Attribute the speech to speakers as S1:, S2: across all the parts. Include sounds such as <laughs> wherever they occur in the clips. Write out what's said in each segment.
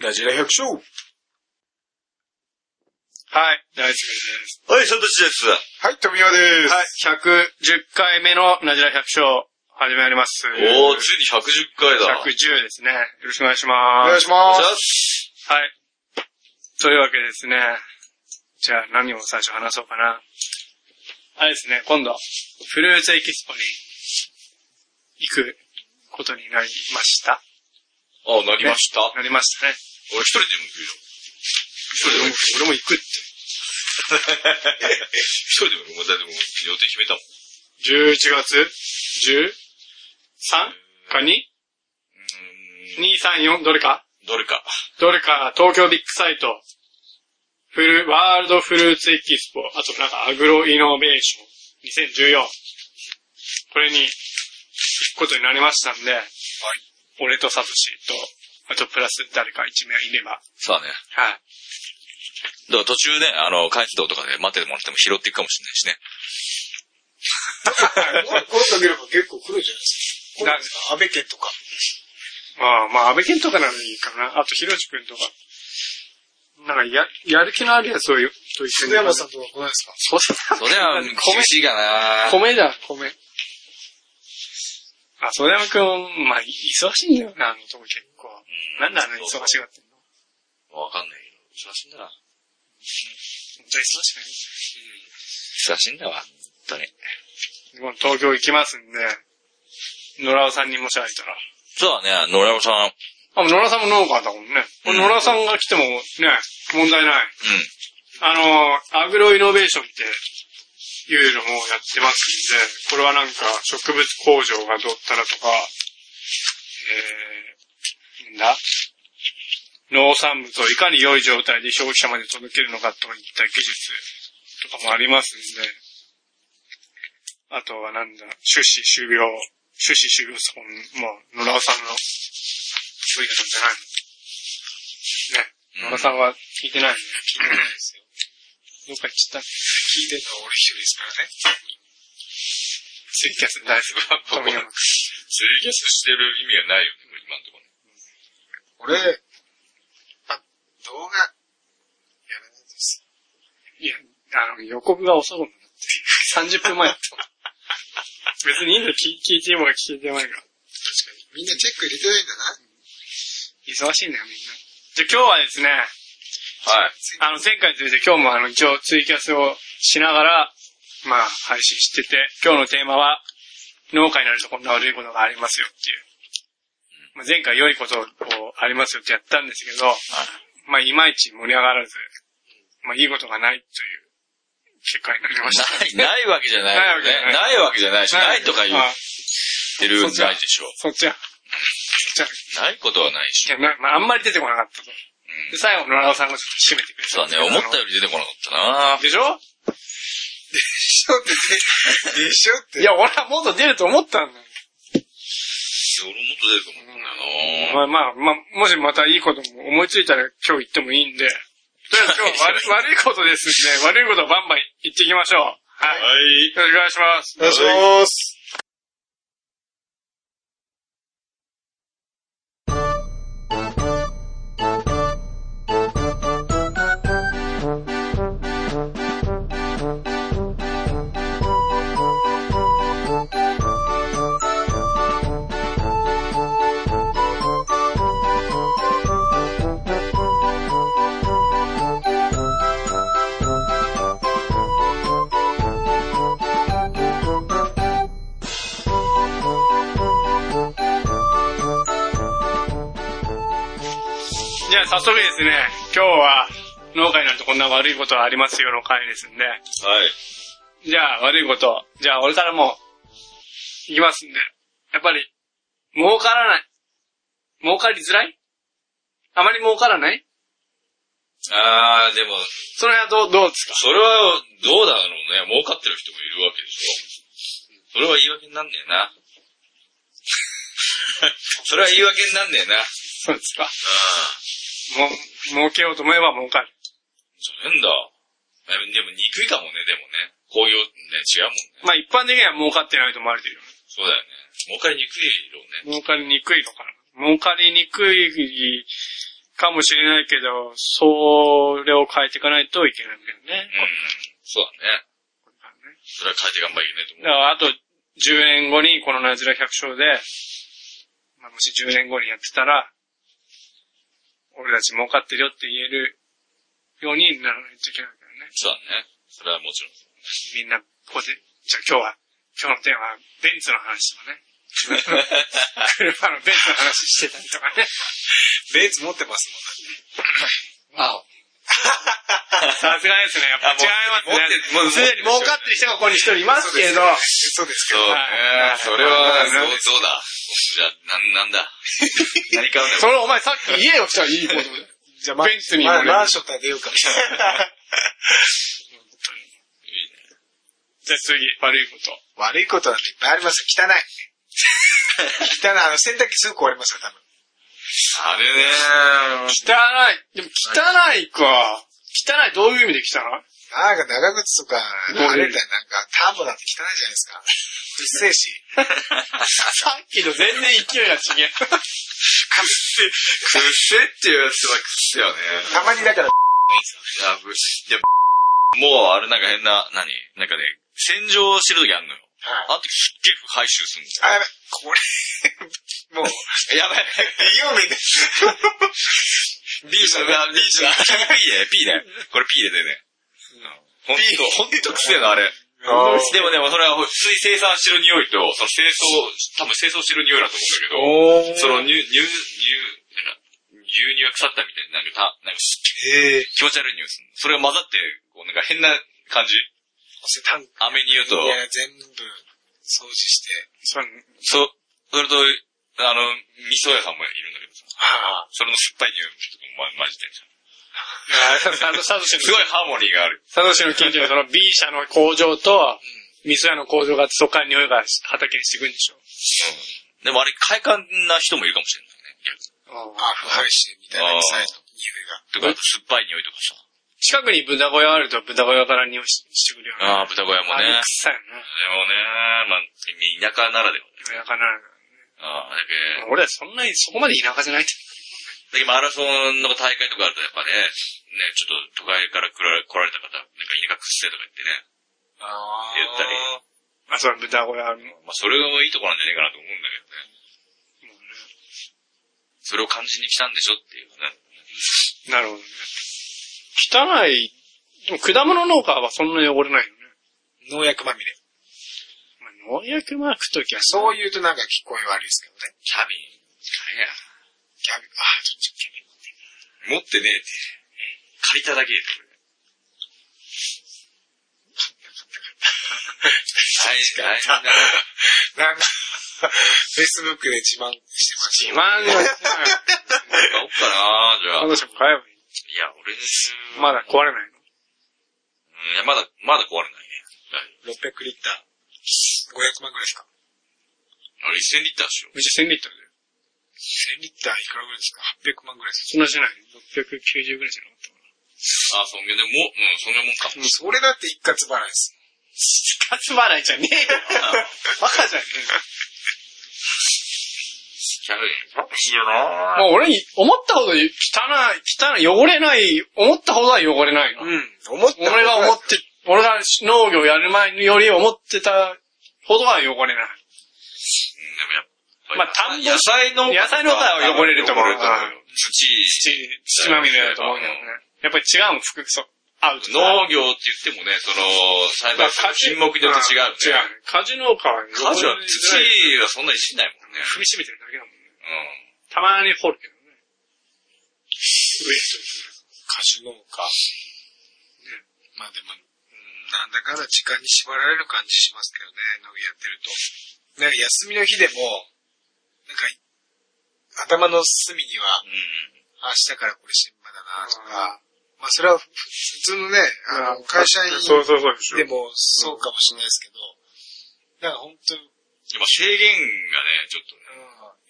S1: ラジラ百姓
S2: はい、大好きです。
S3: はい、サトシです。
S1: はい、富山です。
S2: はい、110回目のナジラ百姓、始まります。
S3: おー、ついに110回だ。
S2: 110ですね。よろしくお願いし
S1: お
S2: ま
S1: 願い
S2: す。
S1: しま
S3: じゃ
S1: す。
S3: あす
S2: はい。というわけですね。じゃあ何を最初話そうかな。あれですね、今度、フルーツエキスポに行くことになりました。
S3: あ、なりました。
S2: なりましたね。
S3: 俺一人でも行くよ。
S2: それでも俺も行くって。
S3: 一人でも行くもうだってもう予定決めたもん。
S2: 11月 13? か 2?2、
S3: うーん
S2: 3、4? どれか
S3: どれか。
S2: どれか、東京ビッグサイト、フル、ワールドフルーツエキスポ、あとなんかアグロイノベーション2014。これに、行くことになりましたんで、俺とサトシと、あとプラス誰か1名いれば、はい。
S3: さあね。だから途中ね、あの、帰ってとかで待っててもらっても拾っていくかもしれないしね。
S1: 声かければ結構来るじゃないですか。安倍県とか。
S2: まあまあ、安倍健とかならいいかな。あと、ひろしくんとか。なんか、や、やる気のあるやつをよ、と一緒に。
S1: 鈴山さんとか来ないですか
S2: そ
S3: <laughs> それは、厳しいかな
S2: 米だ、米。あ、袖山くん、まあ、忙しいんだよな、あのとこ結構。なんであの忙しがってんの
S3: わかんないけど。忙しいんだな。
S2: 本当に忙しくない
S3: 忙しいんだわ。本当に。
S2: 今度東京行きますんで、野良さんにもし会えたら。
S3: そうだね、野良山さん。うん。
S2: あ、もう野良さんも農家だもんね。これ野良さんが来てもね、問題ない。あの、アグロイノベーションっていうのもやってますんで、これはなんか植物工場がどうったらとか、えー、なんだ農産物をいかに良い状態で消費者まで届けるのかといった技術とかもありますんで、あとはなんだ、種子種苗、種子種苗さんも、野良さんの分野なんじゃないのね、野良さんは聞いてないね。
S1: 聞いてないですよ。
S2: どっか行っちゃった。
S1: 聞いてるのは俺一人ですから
S3: ツイキ
S2: ツイキャス大好き。富山
S1: ね。
S3: ャスしてる意味がないよね、今のところね。
S1: 俺、あ、動画、やらないです。
S2: いや、あの、予告が遅くなって。30分前だった。別にいいの聞聞いても聞いてもないから。
S1: 確かに。みんなチェック入れてないんだな。
S2: 忙しいんだよ、みんな。じゃあ今日はですね、
S3: はい。
S2: あの、前回について今日もあの、一応ツイキャスをしながら、まあ、配信してて、今日のテーマは、農家になるとこんな悪いことがありますよっていう。まあ、前回良いことをありますよってやったんですけど、まあ、いまいち盛り上がらず、まあ、いいことがないという結果になりました。
S3: ない、ないわけじゃないよね。ないわけじゃないし、ないとか言
S2: あ
S3: ってるんじゃないでしょ
S2: そっちは、そっち
S3: ないことはないでしょ
S2: は、いや、なまあ、あんまり出てこなかったと。で、最後、野良さんが締めてくれ
S3: そう
S2: た。
S3: だね、思ったより出てこなかったな
S2: でしょ
S1: しょって、で <laughs> しょって。
S2: いや、俺はもっと出ると思ったんだよ。
S3: 俺もっと出ると思ったんだよな
S2: まあまあ、まあ、もしまたいいことも思いついたら今日言ってもいいんで、とりあえず今日は
S3: <laughs>
S2: 悪い悪いことですんで、悪いことをバンバン言っていきましょう。はい。よ
S3: い。
S2: ろしくお願いします。
S1: お願いします。
S2: じゃあ早速ですね、今日は農家になるとこんな悪いことはありますよの回ですんで、
S3: はい。
S2: じゃあ悪いこと、じゃあ俺からもう、いきますんで、やっぱり、儲からない。儲かりづらいあまり儲からない
S3: あー、でも、
S2: それはどう、どうですか
S3: それは、どうだろうね。儲かってる人もいるわけでしょ。それは言い訳になんねえな。 <laughs> それは言い訳になんねえな。
S2: そうですか。も、儲けようと思えば儲かる。
S3: そうなんだ。えでも、憎いかもね、でもね。工業ね、違うもんね。
S2: まあ一般的には儲かってないと思われてるよね。
S3: そうだよね。儲かりにくいろうね。
S2: 儲かりにくいのかな。儲かりにくいかもしれないけど、それを変えていかないといけないんだよね。
S3: そうだね。
S2: これからね
S3: それは変えて頑張りないと
S2: だ
S3: 思
S2: か
S3: う。
S2: ら、あと10年後にこのナズラ百姓で、まあ、もし10年後にやってたら、俺たち儲かってるよって言えるようにならないといけないからね。
S3: そうだね。それはもち <laughs> ろん。
S2: みんな、ここで、じゃあ今日は、今日のテーマは、ベンツの話とかね。車のベンツの話してたりとかね。
S1: ベンツ持ってます
S3: あ、
S2: さすがですね。やっぱ違い
S3: 持
S2: ま
S3: っ
S2: す
S3: て
S2: ね。すでに儲かってる人がここに一人いますけど、
S1: そうです
S3: そう <laughs>
S2: はい
S3: ね。それは、
S2: はい
S3: そう、そうだ。じゃあ、なん、なんだ。何からで
S2: そ
S3: も。
S2: れお前さっき家をしたらいいことじゃあ、ベンツ
S1: け
S2: に
S1: ど。
S2: も
S1: まあ、
S2: ね。
S1: マンションから出ようか。
S2: じゃあ次、悪いこと。
S1: <laughs> 悪いことなんていっぱいありますよ。汚い。 <laughs> 汚い。あの、洗濯機すぐ壊れますよ、多分。
S3: <laughs> あれね。
S2: 汚い。でも汚いか。汚いどういう意味で汚い
S1: なんか長靴とか、あれみ
S2: どういう
S1: たいな、なんか、ターボなんて汚いじゃないですか。うっせえし。
S2: さっきの全然勢いが違う。
S3: くっせ、くっせっていうやつはくっせよね。
S1: たまにだから、
S3: いや、ぶいや、 <laughs> もう、あれなんか変な、何なんかね、洗浄してる時あんのよ。
S1: はい
S3: あと、すっげえ回収するんですよ。
S1: あ、やべ、これ、もう、
S3: <laughs> やば <laughs> い。
S1: 美容面で。
S3: B じゃない。B じゃない。P <laughs> ね、P ね。これ P 入れてね。ほんと、ほんとくせえな、あれ。で
S1: あー
S3: もね、それは普通に生産してる匂いと、その清掃、多分清掃してる匂いだと思うんだけ
S2: お
S3: ど、その乳、乳、乳、牛乳が腐ったみたいな、なんかた、なんか
S1: へえ。
S3: 気持ち悪い匂いするの。それが混ざって、こう、なんか変な感じ
S1: それタンク。
S3: 飴に言うと、
S1: いや、全部、掃除して。
S3: <laughs>
S2: そう
S3: そ、それと、あの、味噌屋さんもいるんだけどさ、
S1: は
S3: それの酸っぱい匂いとかもま混じってんじゃん。
S2: あのサトシ
S3: すごいハーモニーがある。
S2: サトシの近所にその B 社の工場と、味噌屋の工場があってそこから匂いが畑にしていくんでしょ。
S3: でもあれ、快感な人もいるかもしれないね。
S1: あ、腐敗してみたいな臭いと、匂いが。
S3: とか、酸っぱい匂いとかさ。
S2: 近くに豚小屋あると豚小屋から匂いしてくるよね。
S3: ああ、豚小屋も
S2: あれ
S3: ね。
S2: 臭いよね
S3: で。もね、まあ、田舎ならではね。
S2: 田舎なら
S3: ああ、だけど、
S2: 俺はそんなにそこまで田舎じゃないって。
S3: だけどマラソンの大会とかあるとやっぱね、ね、ちょっと都会から来られ来られた方、なんか田舎くっせえとか言ってね、
S1: あ
S3: 言ったり。
S2: あ、そう、豚小屋あるもんね。
S3: まあ、それがいいとこなんじゃねえかなと思うんだけどね。それを感じに来たんでしょっていうね。
S2: なるほどね。汚い、でも果物農家はそんなに汚れないよね。
S1: 農薬まみれ。
S2: まあ、農薬マークときは
S1: そう
S2: う。
S1: 言うとなんか聞こえ悪いですけどね。
S3: キャビン。あれや。
S1: キャビ、あ、ちょっと
S3: 持って
S1: キャビ。
S3: ねえって。借りただけで。大事大事だ <laughs> な。
S1: なん <laughs> か、フェイスブックで自慢して
S2: 自
S1: ま
S2: 慢の。
S3: 買おっかなじゃあ。い
S2: 彼女も買えばい
S3: や、俺に
S2: い。まだ壊れないの。
S3: うんいや、まだ、まだ壊れないね。
S1: す。600リッター。500万ぐらいですか
S3: あれ1000リッターでしょ。
S2: うち1000リットルだよ。
S1: ?1000 リッターいくらぐらいですか ?800 万ぐらいです
S2: そんなしない。690ぐらいじゃなかったか
S3: あ、そんげでも、うん、そんげもんか。
S1: かそれだって一括払いです。
S2: な。つまないじゃねえ <laughs> よ。バカじゃね
S3: キャビン。いいよな
S2: えもう俺に、思ったほど汚い、汚い、汚れない、思ったほどは汚れないの。
S1: うん。思った
S2: 俺が思 <laughs> って、俺が農業やる前より思ってたほどは汚れない。
S3: でもやっぱり
S2: まあ田んぼ
S3: 野菜の
S2: 野菜の方は汚れると思う
S3: 汚土、
S2: 土、土まみれだと思うけどね。やっぱり違うもん、服装。合うとか。
S3: 農業って言ってもね、その、栽培する品目によって違う、ね。
S2: 違う。果樹農家はね
S3: 家事は
S2: 汚れない
S3: 土はそんなにしないもんね。
S2: 踏みしめてるだけだもんね。
S3: うん。
S2: たまに掘るけどね。
S1: 歌手農家。ね。まあでも、うんなんだかんだ時間に縛られる感じしますけどね、農業やってると。なんか休みの日でも、なんか、頭の隅には、
S3: うん。
S1: あ明日からこれ新馬だな、とか。まあそれはふ普通のね、あの、会社員
S2: そうそうそうしょ
S1: でもそうかもしれないですけど、なんか本当、うん
S3: でも制限がね、ちょっとね。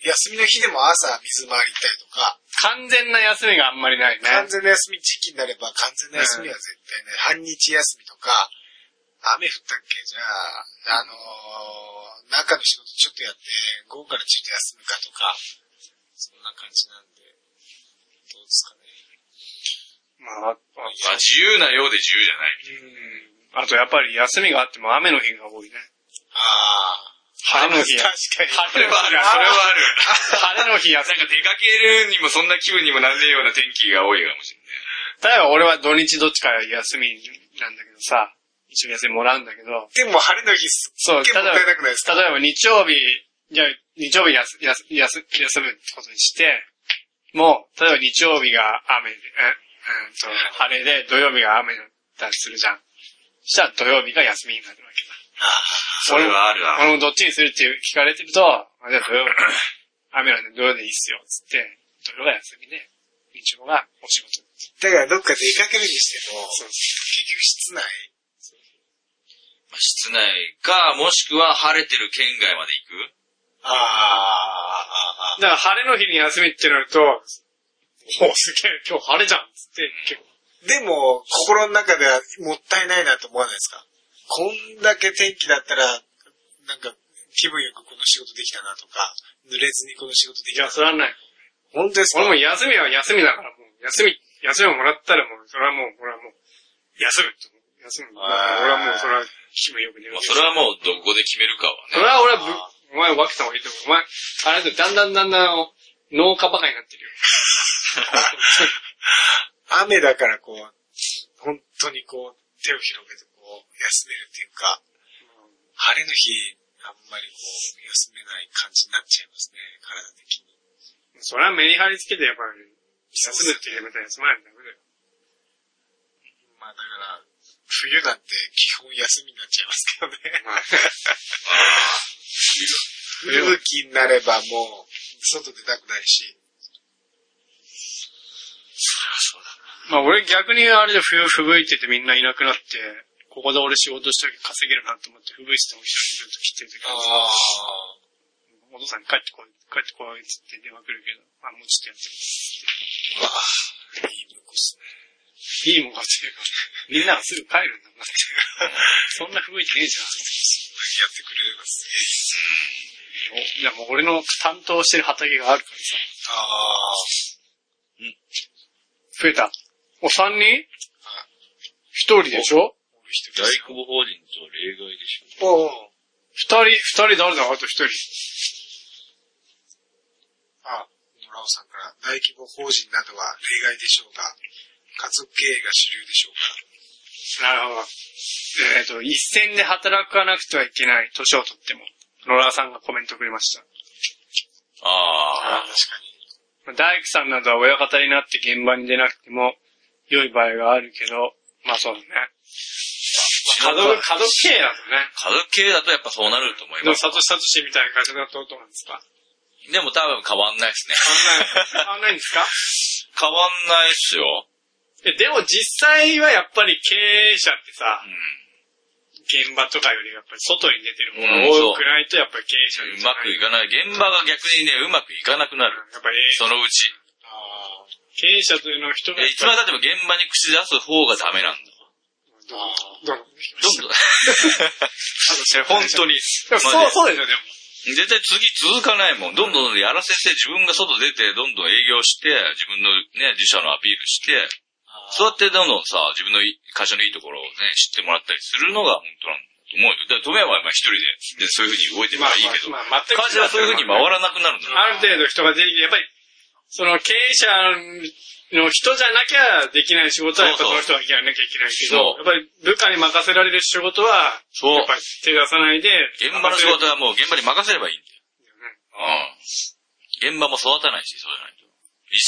S1: 休みの日でも朝水回り行ったりとか、
S2: 完全な休みがあんまりないね。
S1: 完全な休み、時期になれば完全な休みは絶対ね、半日休みとか、雨降ったっけじゃあ、あのー中の仕事ちょっとやって、午後からちょっと休むかとか、そんな感じなんで、どうです
S2: まあ、
S3: まあ自由なようで自由じゃない。
S2: あとやっぱり休みがあっても雨の日が多いね。
S1: あ
S2: 晴れの日
S1: ー。
S2: や。
S1: 確か
S3: それはある、それはある。
S2: 晴れの日や。
S3: なんか出かけるにもそんな気分にもなんねえような天気が多いかもしれない。
S2: 例えば俺は土日どっちか休みなんだけどさ、一応休みもらうんだけど、
S1: に。でも晴れの日す
S2: そう、
S1: っげ
S2: 例え
S1: え
S2: ば、
S1: もった
S2: 例
S1: いなくないですか
S2: えば日曜日、じゃあ日曜日休、休、休、休むってことにして、もう、例えば日曜日が雨で、えうんと、晴れで土曜日が雨だったりするじゃん。そしたら土曜日が休みになるわけだ。
S3: それはあるわ。
S2: 俺もどっちにするっていう聞かれてると、あじゃあ土曜日、雨なんで土曜でいいっすよ、つって、土曜が休みで、日曜がお仕事。
S1: だからどっか出かけるにしても、
S2: そう
S1: 結局室内。
S3: 室内か、もしくは晴れてる県外まで行く
S1: あーあー、あーあー、
S2: だから晴れの日に休みってなると、おおすげえ、今日晴れじゃんっつって、結構。
S1: でも、心の中ではもったいないなと思わないですかこんだけ天気だったら、なんか、気分よくこの仕事できたなとか、濡れずにこの仕事でき
S2: いや、
S1: たな。
S2: それはない。
S1: 本当ですか
S2: 俺も休みは休みだから、もう、休み、休みをもらったらもう、それはもう、俺はもう、休むと思う。休む。俺
S1: あー
S2: はもう、それは気分よく寝る
S3: まあ。それはもうどこで決めるか
S2: そ
S3: はね。
S2: れは俺はぶ、お前
S1: あ
S2: 分けた方がいいと思う。お前、あれだとだんだんだんだん、農家バカになってるよ。
S1: 雨だからこう、本当にこう、手を広げてこう、休めるっていうか、晴れの日、あんまりこう、休めない感じになっちゃいますね、体的に。
S2: それはメリハリつけて、やっぱり、休むってやめたら休まないんだめだよ。
S1: まあだから、冬なんて基本休みになっちゃいますけどね。吹雪になればもう、外出たくないし。
S2: まあ俺逆にあれで冬吹雪いててみんないなくなって、ここで俺仕事して稼げるなと思って吹雪いてても一人でずっと切ってる時あるお
S1: あ。
S2: 父さんに帰ってこい、帰ってこいっつって電話来るけど、あ、もうちょっとやって
S1: いい向こですね。
S2: る。いいもん勝てるみんながすぐ帰るんだもんだって。そんな吹雪いてねえじゃん。
S1: やって
S2: いやも
S1: くれるのすげえ。
S2: う俺の担当してる畑があるからさ。
S1: ああ。
S2: 増えた。お、三人一人でしょ
S1: 俺一人
S3: 大
S1: ですよ。
S3: 久保法人とは例外でしょ。
S1: おうおう
S2: 二人、二人誰だあと一人。
S1: あ、野良尾さんから、大規模法人などは例外でしょうが、家族経営が主流でしょうか。
S2: なるほど。えっ、と、一線で働かなくてはいけない、年をとっても。野良さんがコメントくれました。
S3: ああ。
S1: 確
S2: まあ
S1: かに。
S2: 大工さんなどは親方になって現場に出なくても良い場合があるけど、まあそうだね。家族、家族経営だとね。
S3: 家族系だとやっぱそうなると思い
S2: で
S3: ま
S2: も、
S3: す。
S2: サトシサトシみたいな会社だとどうなんですか
S3: でも多分変わんないですね。
S2: 変わんないんですか
S3: <laughs> 変わんないっすよ。
S2: えでも実際はやっぱり経営者ってさ
S3: う、ん。
S2: 現場とかよりやっぱり外に出てる方
S3: うん
S2: が多くないとやっぱり経営者
S3: うまくい
S2: か
S3: かない。現場が逆にね、うまくいかなくなる。
S2: やっぱりえ
S3: そのうち。
S1: ああ。
S2: 経営者というのは人が
S3: えいつまで経っても現場に口出す方がダメなんだ。
S2: どうどう
S3: どんどん。 <laughs> 本当に。
S2: でも
S3: <laughs> マジ
S2: そう、
S3: で
S2: そうですよ、でも。
S3: 絶対次続かないもん。どんどんやらせて、自分が外出て、どんどん営業して、自分のね、自社のアピールして、そうやってどんどんさ、自分のい会社のいいところをね、知ってもらったりするのが本当なんだと思うよ。だから、富山は今一人で、で、そういう風に動いてればいいけど、
S2: まあ、まあ、全く
S3: 会社はそういう風に回らなくなるんだよ。
S2: ある程度人が出てきて、やっぱり、その経営者の人じゃなきゃできない仕事はやっぱその人がやらなきゃいけないけど、
S3: そう
S2: やっぱり部下に任せられる仕事は、
S3: そう
S2: やっぱり手出さないで、
S3: 現場の仕事はもう現場に任せればいいんだよ。う
S2: う
S3: ん。現場も育たないし、そうじゃないと。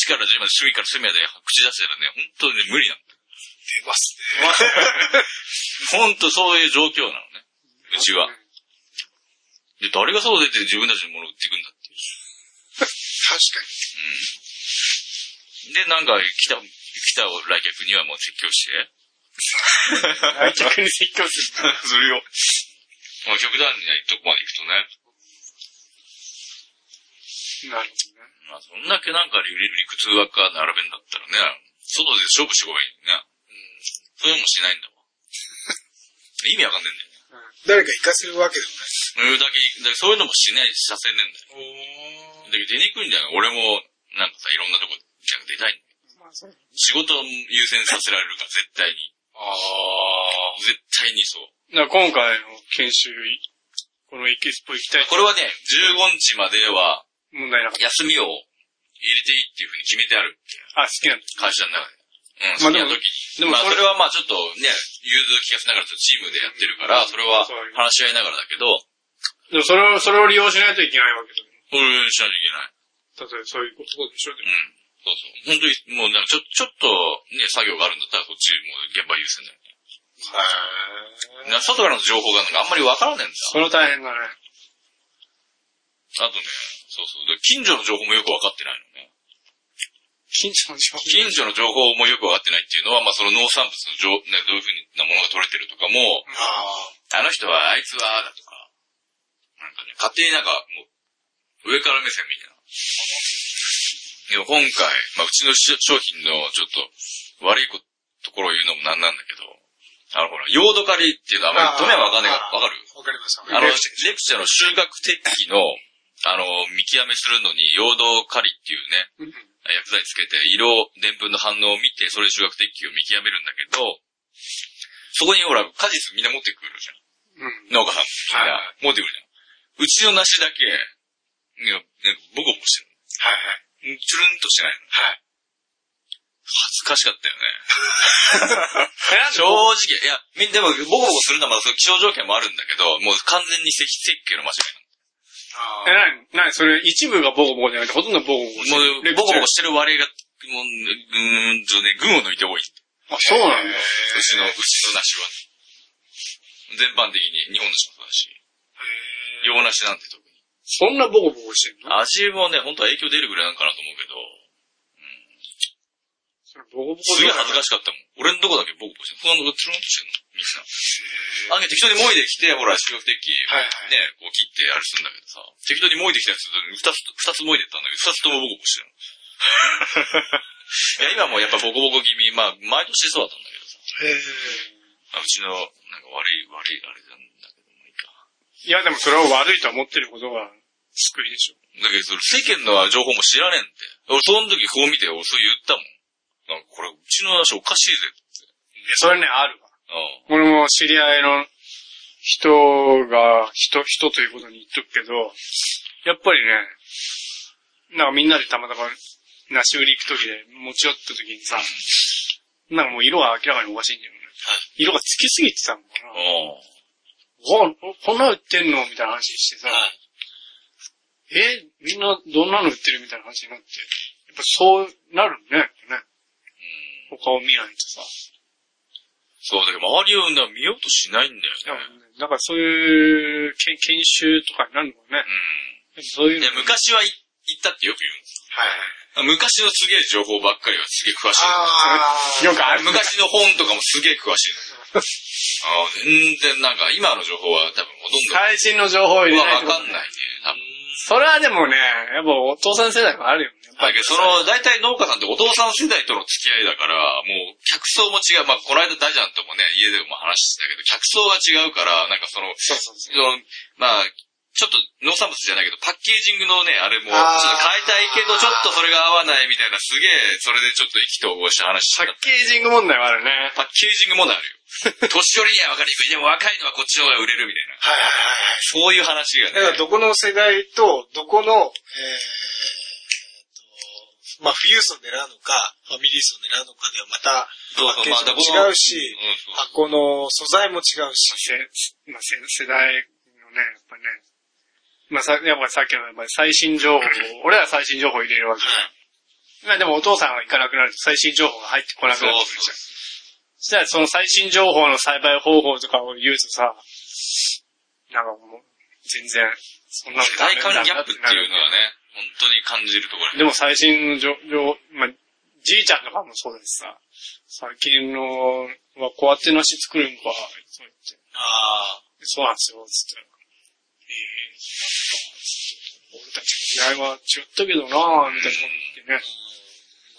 S3: 1から10まで、隅から隅まで口出せたらね、本当に無理なの。
S1: 出ますね。
S3: 本当そういう状況なのね。うちは。で、誰が外出て自分たちのものを売っていくんだっていう。
S1: 確かに。
S3: で、なんか来た、来た来客にはもう説教して。
S2: ん。逆に説教する。
S3: するよ。もう極端にないとこまで行くとね。
S2: なる
S3: まあ、そんだけなんか理理屈ばっか並べんだったらね、外で勝負してこばいいのにね。そういうのもしないんだわ。 <laughs> 意味わかんねえんだよね。
S1: 誰か行かせるわけでもない。
S3: うんだけ、だけそういうのもしない、させねえんだよ。だけど出にくいんじゃない俺も、なんかさ、いろんなとこ、なんか出たいんだよ。
S2: ほどね。ま
S1: あ、そう。
S3: 仕事を優先させられるから、絶対に。
S1: ああ。
S3: 絶対にそう。
S2: だから今回の研修、このエキスポ行きたい
S3: これはね、15日までは、
S2: 問題なかっ
S3: 休みを入れていいっていうふうに決めてある。
S2: た。あ、好きなんだ。
S3: 会社の中で。
S2: まあ
S3: うん、好き
S2: で
S3: な
S2: も
S3: 時
S2: で
S3: で
S2: も
S3: も、まあ、
S2: それ
S3: それはまあちょっとね、融通聞かせながらちょっとチームでやってるから、それは
S2: そういう
S3: 話し合いながらだけど、
S2: でもそれを、それを利用しないといけないわけだよ。
S3: これしないといけない。
S2: 例えばそういうことでしょ
S3: うん。そうそう。本当に、もうなんかちょ、ちょっとね、作業があるんだったらそっちもう現場優先だよ
S1: へ
S3: ね。な外からの情報がなんかあんまりわからないんだ。
S2: その大変だね。
S3: あとね、そうそう。で近所の情報もよくわかってないのね。
S2: 緊張の状
S3: 近所の情報もよくわかってないっていうのは、まあその農産物の情、ね、どういうふうなものが取れてるとかも、
S1: ああ。
S3: あの人は、あいつは、だとか、なんかね、勝手になんか、もう、上から目線みたいな。でも今回、まあ、うちのし商品のちょっと、悪いこところを言うのもなんなんだけど、あの、ほら、ヨードカリっていうのはあんまり、止め
S1: あー
S3: はわかんない
S1: あー
S3: わかる
S1: わかりました。
S3: あの、レ
S1: え
S3: クチャーの収穫適期の、あの、見極めするのに、ヨードカリっていうね、
S2: 況。
S3: 薬剤つけて、色、でんぷんの反応を見て、それで収穫適期を見極めるんだけど、そこにほら、果実みんな持ってくるじゃん。
S2: うん。
S3: 農家さんみんな
S1: はいは
S3: 持ってくるじゃん。うちの梨だけ、いや、ね僕もして
S1: はいはい。
S3: る。つるんとしてないの。
S1: はい。
S3: 恥ずかしかったよね。
S2: え、なんで
S3: 正直。いや、みんでも、ボコボコするのはまだそう気象条件もあるんだけど、もう完全に石設計の間違い
S1: あ
S2: え、なに、なに、それ一部がボコボコじゃなくて、ほとんどボコボコして
S3: な
S2: る
S3: の。もう、ボコボコしてる割合が、もう、うーんとね、群を抜いて多い。う
S2: あ、そうなんだ。
S3: ちの、うちの梨は。全般的に、日本の人もそうだし、
S1: え
S3: 洋梨なんて特に。
S2: そんなボコボコしてんの
S3: 味もね、本当は影響出るぐらいなのかなと思うけど、
S2: それボコボコ
S3: すげえ恥ずか
S2: し
S3: しか
S2: い。
S3: ったもん。俺のとこだけボコボコしてる。他のとこつるんとしてんのみんな。あげ適当にもいできて、ほら、収穫的、
S1: はいはい。
S3: ね、こう切ってあれするんだけどさ、適当にもいできたやつ、二つ、二つもいでったんだけど、二つともボコボコして <laughs> るの。いや、今もやっぱボコボコ気味、まあ、毎年そうだったんだけどさ、あ
S1: へえ。
S3: うちの、なんか悪い、悪い、あれなんだけど、まあいいか。
S2: いや、でもそれを悪いと思ってることが救いでしょ。
S3: だけど、それ世間の情報も知らねえんで。俺、その時こう見て、俺、そう言ったもん。なんか、これ、うちの話おかしいぜ。
S2: いや、それね、あるわ。
S3: う
S2: 俺も知り合いの人が、人、人ということに言っとくけど、やっぱりね、なんかみんなでたまたま梨売り行く時で持ち寄った時にさ、なんかもう色が明らかにおかしいんだよね。色がつきすぎてたのか
S3: ん。
S2: な。
S3: うん。
S2: わこんなの売ってんのみたいな話してさ、え、みんなどんなの売ってるみたいな話になって。やっぱそうなるね、やっぱね。他を見ないとさ。
S3: そう、だけど、周りをな見ようとしないんだ
S2: だ
S3: よね。
S2: からねなんかそういう研研修とかになるのかね。
S3: うん。
S2: そういう
S3: いや、
S2: の。
S3: 昔はい行ったってよく言うんです
S1: はいはい。
S3: よ。昔のすげえ情報ばっかりはすげえ詳しいの。
S1: ああ。
S2: よくある。
S3: 昔の本とかもすげえ詳しいの。
S2: <laughs>
S3: あー全然なんか今の情報は多分ほと
S2: 最新の情報を入
S3: んど
S2: れ
S3: わ
S2: ない
S3: わか
S2: と。
S3: んないね。多分
S2: それはでもね、やっぱお父さん世代もあるよね。やっぱ
S3: だけどその、大体農家さんってお父さん世代との付き合いだから、もう客層も違う。まあ、この間大ちゃんともね、家でも話してたけど、客層が違うから、なんかその、
S1: そうそうそ
S3: その、まあ、ちょっと農産物じゃないけど、パッケージングのね、あれも、ちょっ
S1: あー
S3: と変えたいけど、ちょっとそれが合わないみたいな、すげえ、それでちょっと意気投合して話して
S2: パッ
S3: た。
S2: ケージング問題はあるね。
S3: パッケージングもなるよ。
S1: <laughs>
S3: 年寄りには分かりにくい。でも若いのはこっちの方が売れるみたいな。
S1: はいはい
S3: そういう話が
S1: はい。だか
S3: ね。
S1: ら、どこの世代と、どこの、えーっと、まあ、富裕層を狙うのか、ファミリー層を狙うのかではまた、
S3: どう
S1: パ
S3: ぞ
S1: ッケー
S3: まあ
S1: ジ
S3: だ
S1: も
S3: この
S1: 違うし
S3: うんそう
S1: 箱の素材も違うし。
S2: せ、まあ、せ世代のね、やっぱね。まあ、さ、やっぱりさっきの、やっぱり最新情報を、俺らは最新情報を入れるわけ。まあでもお父さんが行かなくなると最新情報が入ってこなくなる
S3: そう
S2: じゃん。そしたらその最新情報の栽培方法とかを言うとさ、なんかもう、全然、そんなの
S3: 世代間ギャップって
S2: なる
S3: いうのはね、本当に感じるところだよ
S2: でも最新の情報、まあ、じいちゃんとかもそうですさ、最近のはこうやって梨作るんか、そう言って。
S1: ああ。
S2: そうなんですよ、つって。ええ俺たちの時代は違ったけどなぁ、みたいなこと言ってね
S1: うん。。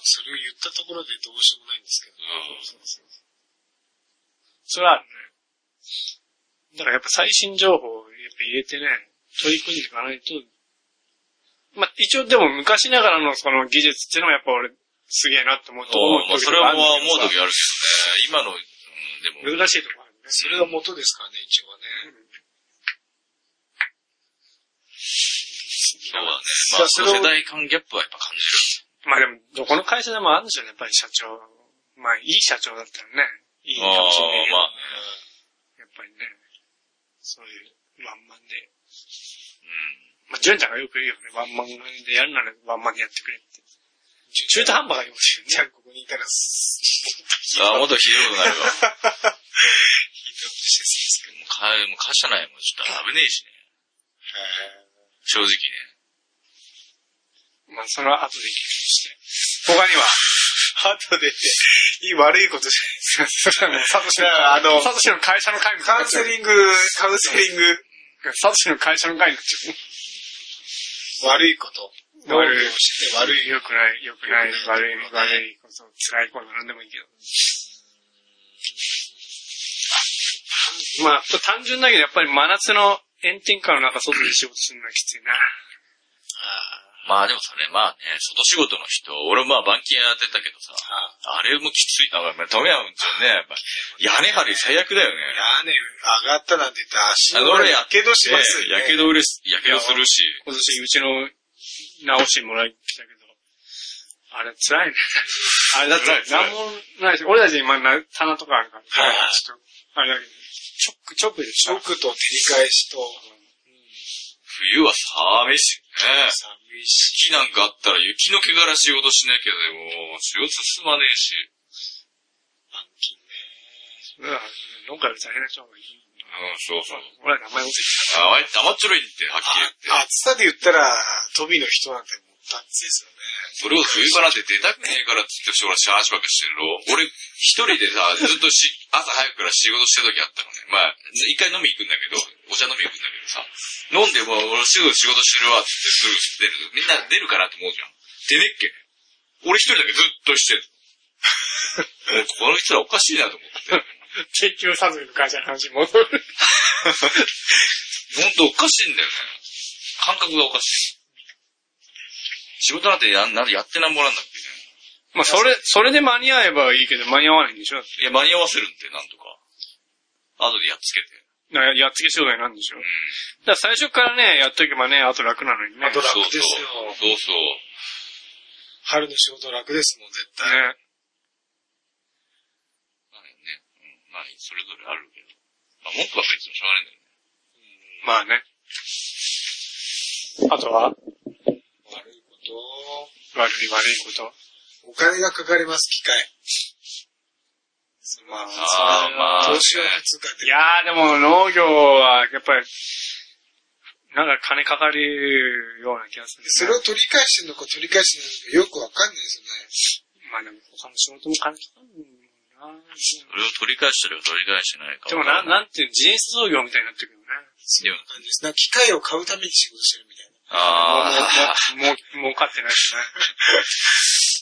S1: それを言ったところでどうしようもないんですけど。
S3: うん
S2: それはあるね。だからやっぱ最新情報をやっぱ入れてね、取り組んでいかないと、まあ、一応でも昔ながらのその技術っていうのはやっぱ俺、すげえなって思うと
S3: お
S2: 思
S3: ーまあ、
S2: う時
S3: それはもう思
S2: と
S3: う時あるけどね。今の、うん、でも、
S2: 難しいとこあるね。
S1: それが元ですからね、一応はね。
S3: そうだね。
S2: じゃ
S3: まあ
S2: あ、
S3: そ
S2: そ
S3: の
S2: れを
S3: 世代間ギャップはやっぱ感じる。
S2: まあでも、どこの会社でもあるんでしょうね、やっぱり社長。まあ、いい社長だったらね、いいかもしれないけど、
S3: あーまあ
S2: やっぱりね、そういうワンマンで。
S3: うん。
S2: まあ、純ちゃんがよく言うよね、ワンマンでやるならワンマンでやってくれって。中途半端がよく言う
S1: じ
S2: ね
S1: ゃあ、ここにいたら、す
S3: ああ、もっとひどいことになるわ。
S1: ヒートアップしてす
S3: もうか、もう貸さないもん。ちょっと危ねえしね。
S1: <laughs>
S3: 正直ね。
S2: まあ、それは後で聞くとして。他には、
S1: あとで、いい悪いことじ
S2: サトシの
S1: だからあの
S2: サトシの会社の会み
S1: ゃ
S2: た
S1: ないい。
S2: になっ
S1: カウ
S2: ち
S1: ン
S2: ゃ
S1: セ
S2: う
S1: リング、カウンセリング、
S2: サトシの会社の会になっちゃう。
S1: 悪いこと。
S2: 悪い
S1: 農業をして悪い。
S2: 良くない、良くない、
S1: 良くない
S2: 悪い、悪いこと、辛いこと、なんでもいいけど。まあ、ちょっと単純だけど、やっぱり真夏の炎天下の中、外で仕事するのはきついな。
S3: まあでもそれ、まあね、外仕事の人、俺まあ板金やってたけどさ、あれもきつい。あ、まあ、富山んちょね、やっぱ屋根張り最悪だよね。
S1: 屋根上がったなんて言ったら足
S3: あ俺
S1: やけどしますよ
S3: やけ
S1: ね。
S3: どうれす、やけどするし。
S2: 今年、うちの直しもらいに来たけど、あれ辛いね。あれだって
S3: 辛い、辛い
S2: なんもないし、俺たち今な、棚とかあるから、
S3: はい
S2: ちょっと、あれだけど、チョック、チョックでしょ
S1: 直と照り返しと、
S3: 冬は寒いしね。
S1: 寒いし、
S3: 雪なんかあったら雪の毛から仕事しなきゃでも、仕事進まねえし。
S1: 板金ね。
S2: うん、農家より大変な人がいい。
S3: うん、そうそう。
S2: 俺ら名前持って
S3: あ、あい黙っちょろいって、はっきり言って。
S1: あ暑さで言ったら、飛びの人なんてもうダッツですよね。
S3: それを冬場なんて出たくねえからって言って、俺、シャーシバカしてるろ。俺、一人でさ、ずっとし、朝早くから仕事してる時あったのね。まあ、一回飲み行くんだけど、お茶飲み行くんだけどさ、飲んでもう俺すぐ仕事してるわって言って、すぐ出る。みんな出るかなって思うじゃん。出ねっけ。俺一人だけずっとしてる。もうこの
S1: <laughs>
S3: 人らおかしいなと思って。
S2: 請求さずの会社の話に戻る。
S3: ほんとおかしいんだよね。感覚がおかしい。仕事なんてやんなやってなんぼなんだっけ
S2: まあ、それ、それで間に合えばいいけど、間に合わないんでしょ
S3: ね。いや、間に合わせるんで、なんとか。後でやっつけて。
S2: なやっつけ商材なんでしょ
S3: うん。
S2: だから最初からね、やっとけばね、あと楽なのにね。
S1: あと楽
S3: そうそう
S1: ですよ
S3: そうそう。
S1: 春の仕事楽ですもん、絶対。
S2: ね。
S3: まあね、うん、まあ、それぞれあるけど。まあ、文句は別にしょうがないんだよね。
S2: まあね。あとは悪
S1: 悪いこと。
S2: い悪いこと。
S1: お金がかかります、機械。ま
S3: あーまあ
S1: 投資は発が
S2: いやーでも農業は、やっぱり、なんか金かかるような気がするんです
S1: そ
S2: ね
S1: れを取り返してんのか取り返してないのかよくわかんないですよね。
S2: まあでも他の仕事も金かかるもんな
S3: それを取り返してるか取り返してないか。
S2: でもな、
S3: ん、
S2: なんていうの、自立創業みたいになってくるよね。
S1: そんな感じです。なんか機械を買うために仕事してるみたいな。
S2: <laughs>
S3: ああ、
S2: もう、もう、儲かってないしね。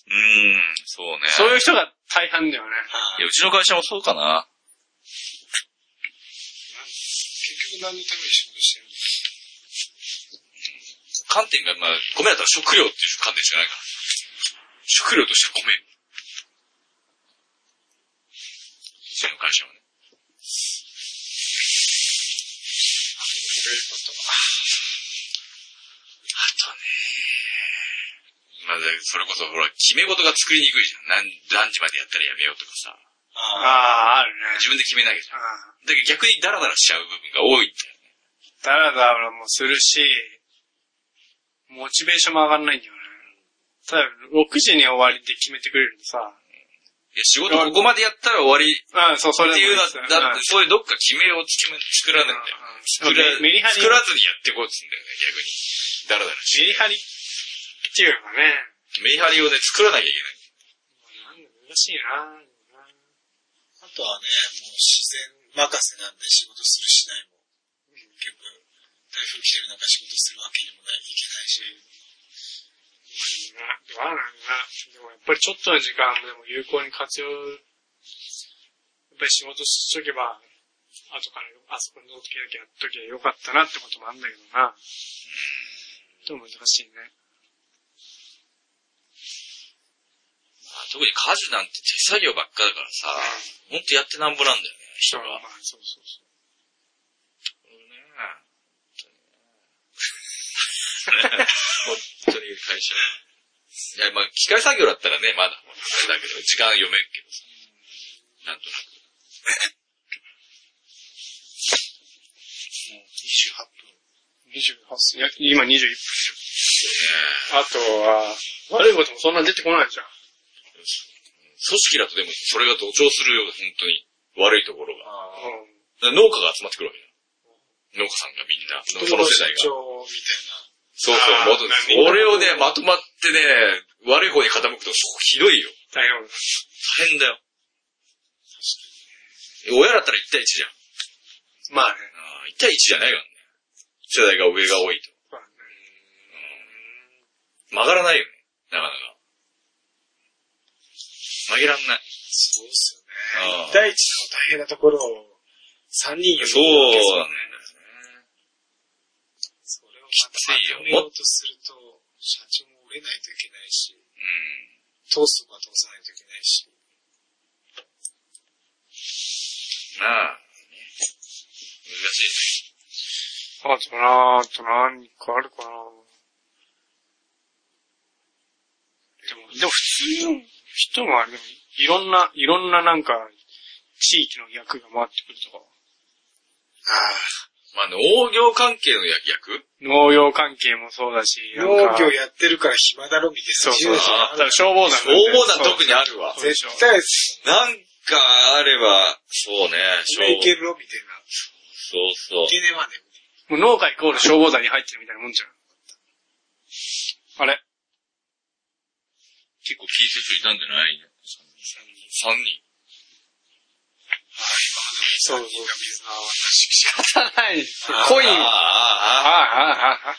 S3: うーん、そうね。
S2: そういう人が大半だよね。
S3: いや、うちの会社もそうかな。
S1: 結局何のために仕事してるの
S3: 観点が、まあ、米だったら食料っていう観点しかないから。食料として米。うちの会社はね。
S1: そういうことは。
S3: あとね。まあ、だからそれこそ、ほら、決め事が作りにくいじゃん。何、何時までやったらやめようとかさ。
S1: あ
S2: あ
S1: あ、
S2: あ、あるね。
S3: 自分で決めなきゃじゃん
S2: あ。あ
S3: だけど逆にダラダラしちゃう部分が多いんだよね。
S2: ダラダラもするし、モチベーションも上がんないんだよね。ただ、6時に終わりって決めてくれるとさ、
S3: いや、仕事ここまでやったら終わりっ
S2: あそう、それ
S3: ていうのは、だって
S2: て、
S3: そういうどっか決めをつけま作らないんだよ。
S2: うん
S3: 作ら
S2: メリハリ、
S3: 作らずにやっていこうっつうんだよね、逆に。ダラダラし
S2: メリハリっていうのがね、
S3: メリハリをね、作らなきゃいけない。
S2: なんか難しいな
S1: あとはね、もう自然任せなんで仕事するしないも。結局、台風来てる中仕事するわけにもないといけないし。
S2: なわなんな。でもやっぱりちょっとの時間でも有効に活用、やっぱり仕事しとけば、後からよあそこに乗っけなきゃやっときゃよかったなってこともあんだけどな。でも難しいね。
S3: 特に家事なんて手作業ばっかだからさ、ほんとやってなんぼなんだよね、人
S2: ま
S3: が。
S2: あそうそうそ
S3: 本当に。本当に会社。いや、まあ、機械作業だったらね、まだ。あれだけど、時間読めるけどさ。なんとなく。
S2: う。28分。いや、今21分。あとは、悪いこともそんな出てこないじゃん。
S3: 組織だとでも、それが同調するような、本当に。悪いところが。
S1: ああ。
S3: だから農家が集まってくるわけじゃん。農家さんがみんな、その世代が
S1: 社。長みたいな。
S3: そう
S1: あ
S3: そう
S1: ー
S3: もっと
S1: 何、
S3: 俺をね、まとまってね、悪い方に傾くと、そこひどいよ。
S2: 大変だ。
S3: 大変だよ。親だったら1対1じゃん。
S2: まあね。
S3: うん1対1じゃないからね。世代が上が多いと。
S2: まあね
S3: 曲がらないよね。なかなか。曲げらんない。
S1: そうっすよ
S3: ああ
S1: ね。第一の大変なところを、三人より
S3: そうなんだよね。
S1: それをまたまとめようとすると、社長も折れないといけないし、通すとか通さないといけないし。
S3: うん。なあ。難し
S2: あとなあと何かあるかなでも、でも普通の人もあれでも、いろんな、いろんななんか、地域の役が回ってくるとか、
S1: ああ。
S3: い。まあ、農業関係の役
S2: 農業関係もそうだし、なん
S1: 農
S2: か
S1: 業やってるから暇だろみた
S2: そ
S1: いうな。
S2: そうそう。
S3: あ
S2: だから消防団
S3: 消防団特にあるわ。
S2: そう
S1: 絶対です。
S3: なんかあれば、そうね、
S1: これいけ
S3: 消
S1: るろみたいな。
S3: そうそう
S1: い。けねえわね。
S2: もう農家イコール消防団に入ってるみたいなもんじゃん。あれ
S3: 結構聞いてる人いたんじゃない ?3 人。
S1: そうそう。水の泡
S2: 仕方ない。
S3: 3人。
S2: コイン。
S3: ああああ
S2: ああ、
S3: ああ。
S2: ああ、ああ。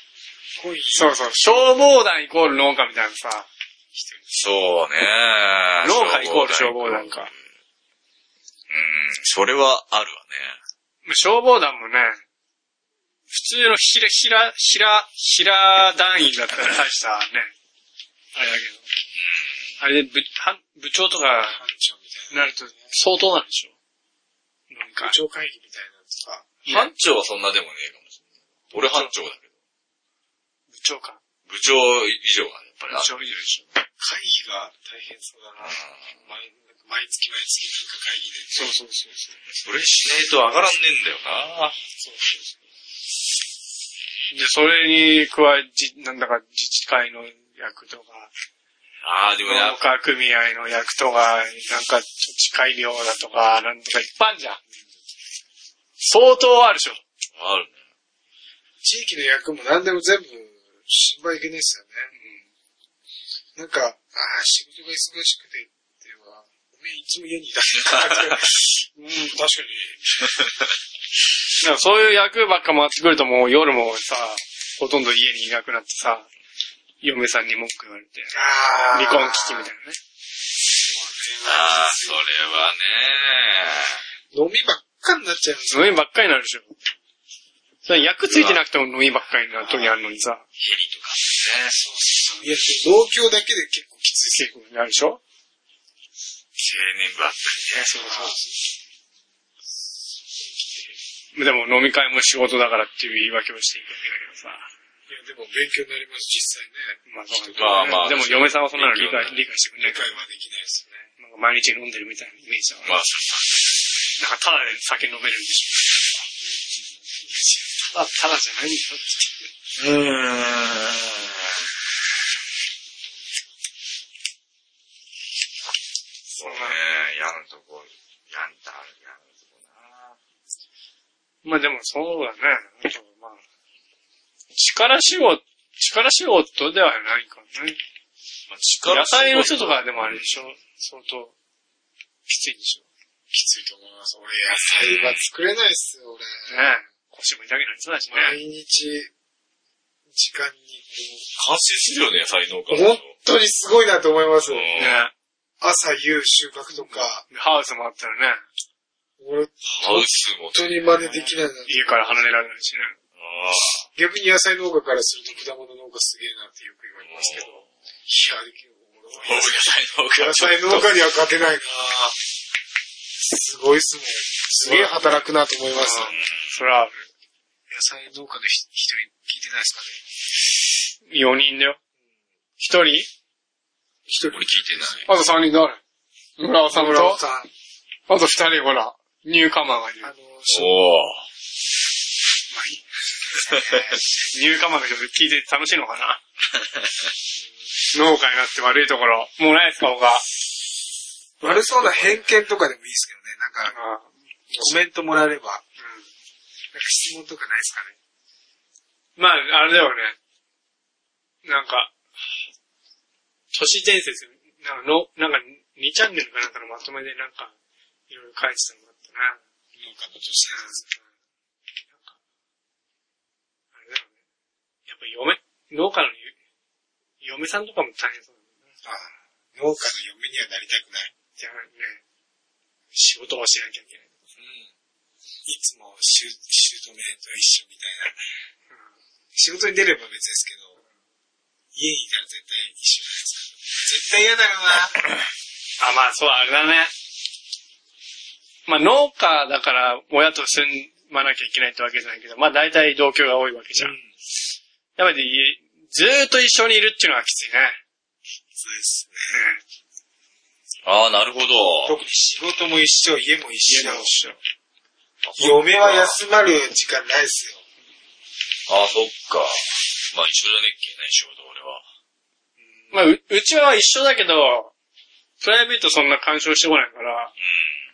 S1: コイン。
S2: そうそう。消防団イコール農家みたいなさ。
S3: そうね。
S2: 農家イコール消防団か。
S3: うん、それはあるわね。
S2: 消防団もね、普通のひら、ひら、ひら、ひら団員だったら大したね、あれだけど。あれで部、は部長とか
S1: 班長みたいな。
S2: なると相当なんでしょなん
S1: 部
S2: か、
S1: 長会議みたいなの
S3: 班
S1: とか。
S3: 長はそんなでもねえかもしれない。俺班長だけど。
S2: 部長か。
S3: 部長以上はやっぱり
S2: 部
S3: ある。
S2: 長以上でしょ。
S1: 会議が大変そうだな。毎毎月毎月文化会議で。
S2: そうそうそうそう。
S3: それしねえと上がらんねえんだよな。
S1: そうそ
S2: で、
S1: うそう。
S2: それに加え、じ、なんだか自治会の役とか、
S3: ああ、でもね、
S2: 農家組合の役とか、なんか土地改良だとか、なんとかいっぱいあんじゃん。相当あるでしょ。
S3: あるね。
S1: 地域の役も何でも全部、心配いけないですよね。なんか、ああ、仕事が忙しくて、では、ごめん、いつも家にいたんだ。
S2: <laughs>
S1: うん、確かに。
S2: なんかそういう役ばっか回ってくるともう夜もさ、ほとんど家にいなくなってさ、嫁さんに文句言われて、
S1: あ
S2: 離婚危機みたい
S1: な。
S2: なね。
S3: ああ、それはね。
S1: 飲みばっかになっちゃいます
S2: 飲みばっかりになるでしょ。それ役ついてなくても飲みばっかりになる時あるのにさ、
S3: ヘリとかね。そうそう。
S1: いや、同居だけで結構きつい。
S2: 結構なるでしょ
S3: 青年部あったりね。そうそう
S2: でも飲み会も仕事だからっていう言い訳をしていくわけだ
S1: いや、でも勉強になります、実際ね。
S2: けどさ。
S3: まあまあ
S2: でも嫁さんはそんなの理
S3: 勉
S2: 解
S3: 強になる
S2: 理解してくれな
S1: 理
S2: いか
S1: 解
S2: ら、
S1: はできないですよね。
S2: なんか毎日飲んでるみたいなイメージだから
S3: まあ、そ
S2: なんかただで酒飲めるんでしょ。ただ、ただじゃないんだよ
S3: う。うーん。
S2: そん
S3: ね
S2: な。
S3: え、やんとこ、やんた、やんとこな。
S2: まあでもそうだね。あとまあ、力仕事、力仕事ではないからね。
S3: まあ、
S2: 野
S3: 力
S2: 菜の人とかでもあれでしょ相当、きついでしょ
S1: きついと思います。俺、野菜は作れないっすよ、俺。
S2: ね腰も痛くなりそうだしね。
S1: 毎日、時間に
S3: 感心するよね、野菜農
S1: こ
S3: 家
S1: う、本当にすごいなと思います。
S3: うん
S2: ね
S1: 朝夕収穫とか、
S2: ハウスもあったらね、
S1: 俺、
S3: ハ
S1: 本
S3: ウスも。
S1: 当に真似できないな。
S2: 家から離れられないしね。
S3: ああ。
S1: 逆に野菜農家からすると果物農家すげえなってよく言われますけど、いや、俺農
S3: 野菜農家。
S1: 家。野菜農家には勝てないなすごいっすもん。すげえ働くなと思います。
S2: それは、
S1: 野菜農家のひ人に聞いてないですかね。
S2: 4人だよ。1人
S1: 一人
S3: 俺聞いてない。
S2: あと3人誰村尾さんと、
S1: 村尾さん、
S2: あと2人ほら、ニューカマーがいる
S1: あ。の、し
S3: おー。
S1: まあいい
S2: ニューカマーの人聞いて楽しいのかな <laughs> 農家になって悪いところ、もうないですか、他。
S1: 悪そうな偏見とかでもいいですけどね。なんか、
S2: あ
S1: コメントもらえれば。なんか質問とかないですかね。
S2: まあ、あれだよね。なんか、都市伝説、なんかの、なんか2チャンネルかなんかのまとめでなんか、いろいろ書いてたのがあったな。
S1: 農家の女性
S2: うんなんかあれだよね。やっぱ嫁、農家のゆ嫁さんとかも大変そうだね。
S1: ああ農家の嫁にはなりたくない。
S2: じゃあね、仕事をしなきゃいけない。
S1: いつもシュシュートメと一緒みたいな。仕事に出れば別ですけど、家にいたら絶対一緒じゃないですか。絶対嫌だろうな。
S2: あ、まあ、そう、あれだね。まあ、農家だから親と住まなきゃいけないってわけじゃないけど、まあ、大体同居が多いわけじゃん。
S1: うん
S2: やっぱり、ずーっと一緒にいるっていうのはきついね。
S1: そうですね。
S3: ああ、なるほど。
S1: 特に仕事も一緒、家も一緒。
S2: 緒。
S1: 嫁は休まる時間ないですよ。
S3: ああ、そっか。まあ一緒じゃねえっけね、仕事俺は。
S2: まあう、うちは一緒だけど、プライベートそんな干渉してこないから、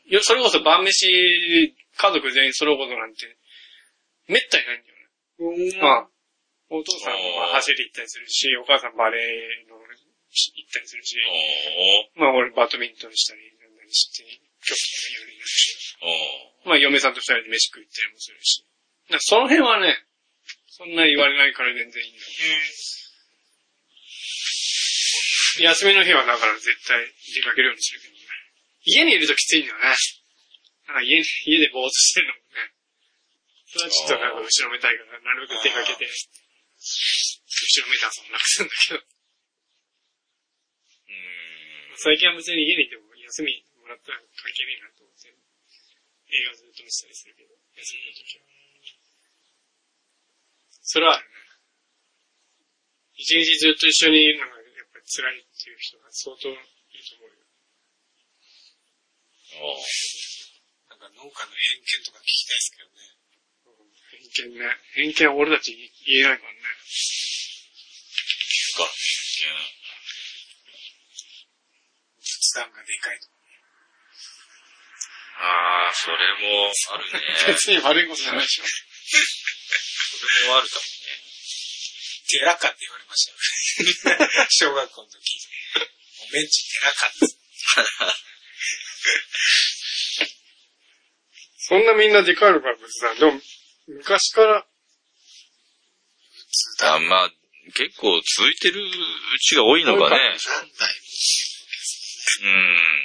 S3: うん。
S2: よそれこそ晩飯、家族全員揃うことなんて、めったにないんだよね。まあ、お父さんも走り行ったりするし、お母さんバレーのし行ったりするし、
S3: お
S2: まあ俺バドミントンしたり、なんだりして、今日とか夜になるし、
S3: ーおー
S2: まあ嫁さんと二人で飯食い行ったりもするし。だからその辺はね、そんな言われないから全然いいんだよ。休みの日はだから絶対出かけるようにするけどね。家にいるときついんだよね。なんか家に、家でぼーっとしてるのもね。それはちょっとなんか後ろめたいから、なるべく出かけて、後ろめたさもなくすんだけど。
S3: うーん。
S2: 最近は別に家にいても休みもらったら関係ねえなと思って、映画ずっと見てたりするけど、休みの時は。それはあるね。一日ずっと一緒にいるのがやっぱり辛いっていう人が相当いると思うよ。
S3: おー
S1: なんか農家の偏見とか聞きたいですけどね。
S2: 偏見ね。偏見は俺たち言えないからね。
S3: か。い
S1: 仏壇がでかいとか。
S3: やああ、それもあるね。 <laughs> それ
S2: 別に悪いことじゃないでしょ。
S3: もあるかもね。
S1: 寺かって言われました
S2: <laughs>
S1: よ。小学校の時。おめんち寺かって。
S2: そんなみんなでかいのか、仏壇。でも、昔から、
S3: あまあ、結構続いてるうちが多いのかね。
S1: 何代
S3: うん。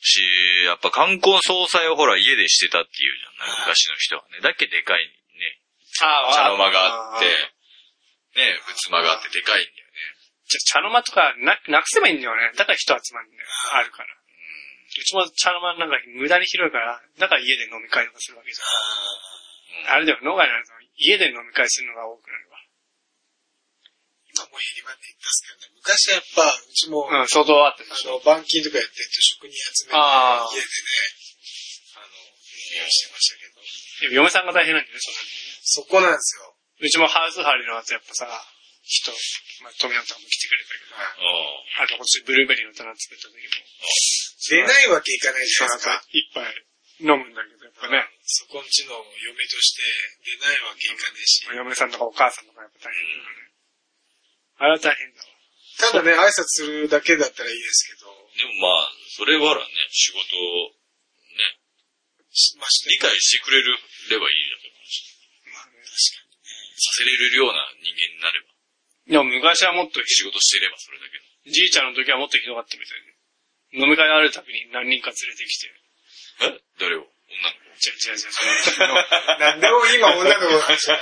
S3: し、やっぱ観光総裁をほら家でしてたっていうじゃない昔の人はね。だっけでかいね。茶の間があって、ね、仏間があってでかいんだよね。
S2: じゃ、茶の間とかな、なくせばいいんだよね。だから人集まるんだよ。あるから。うちも茶の間なんか無駄に広いから、だから家で飲み会とかするわけじゃん。あれだよ、農家になると家で飲み会するのが多くなる
S1: 今もう減りまで行ったっすけどね。昔はやっぱ、うちも、
S2: わ。うん、相当あったで
S1: あ
S2: しょ。
S1: の、板金とかやって図食に集めて、家でね、
S2: ああ
S1: あの、利用してましたけ
S2: で
S1: ど、
S2: も嫁さんが大変なんだよね、それ
S1: そこなんですよ。
S2: うちもハウスハリの後やっぱさ、人、まあ、富山さんも来てくれたけど、
S3: おー
S2: あと今年ブルーベリーの棚作った時も、
S1: 出ないわけいかないじ
S2: そうなん
S1: ゃないですか
S2: か。一杯飲むんだけど、やっぱね、
S1: そこんちの嫁として出ないわけいかないし。
S2: 嫁さんとかお母さんとかやっぱ大変だよね。あれは大変だわ。
S1: ただね、挨拶するだけだったらいいですけど、
S3: でもまあ、それはらね、仕事を、ね、
S1: しまして
S3: 理解してくれればいいだと思うし、
S2: まあね
S3: させれるような人間になれば、
S2: でも昔はもっとひ
S3: 仕事してればそれだけ
S2: どい、じいちゃんの時はもっとひどかったみたいで。飲み会あるたびに何人か連れてきて、
S3: え誰を女の子
S2: じゃじゃじゃ
S1: <laughs> なんでも今女の子なんですよ。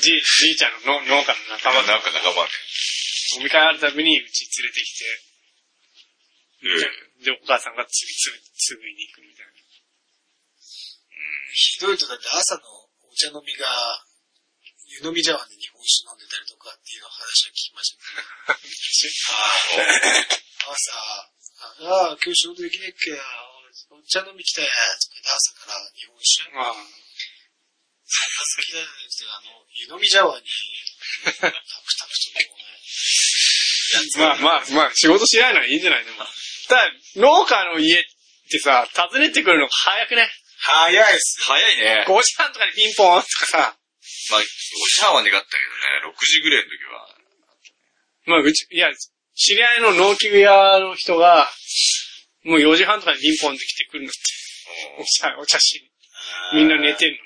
S2: じい、じいちゃんのの農家の仲間
S3: なんか仲間ね。
S2: 飲み会あるたびにうち連れてきて、
S3: ええ
S2: で、お母さんがつぎつぎ、つぐいに行くみたいな。
S1: ひどいとだって朝のお茶飲みが、湯飲み茶碗で日本酒飲んでたりとかっていう話は聞きましたね。朝、ああ、今日仕事できねえっけや、お茶飲み来たや、とか言って朝から日本酒。
S2: ああ。
S1: そんな好きだじゃなくて、あの、湯飲み茶碗に、タクタクとこうね。
S2: まあまあまあ、仕事しないならいいんじゃないでも。ただ、農家の家ってさ、訪ねてくるのが早くね。
S1: 早いっす。
S3: 早いね。
S2: 5時半とかにピンポンとかさ、
S3: まあ、お茶碗は願ったけどね、6時ぐらいの時は。
S2: まあうち、いや、知り合いの農機具屋の人が、もう4時半とかにピンポンって来てくるのって、お茶、お茶しに。みんな寝てんのに。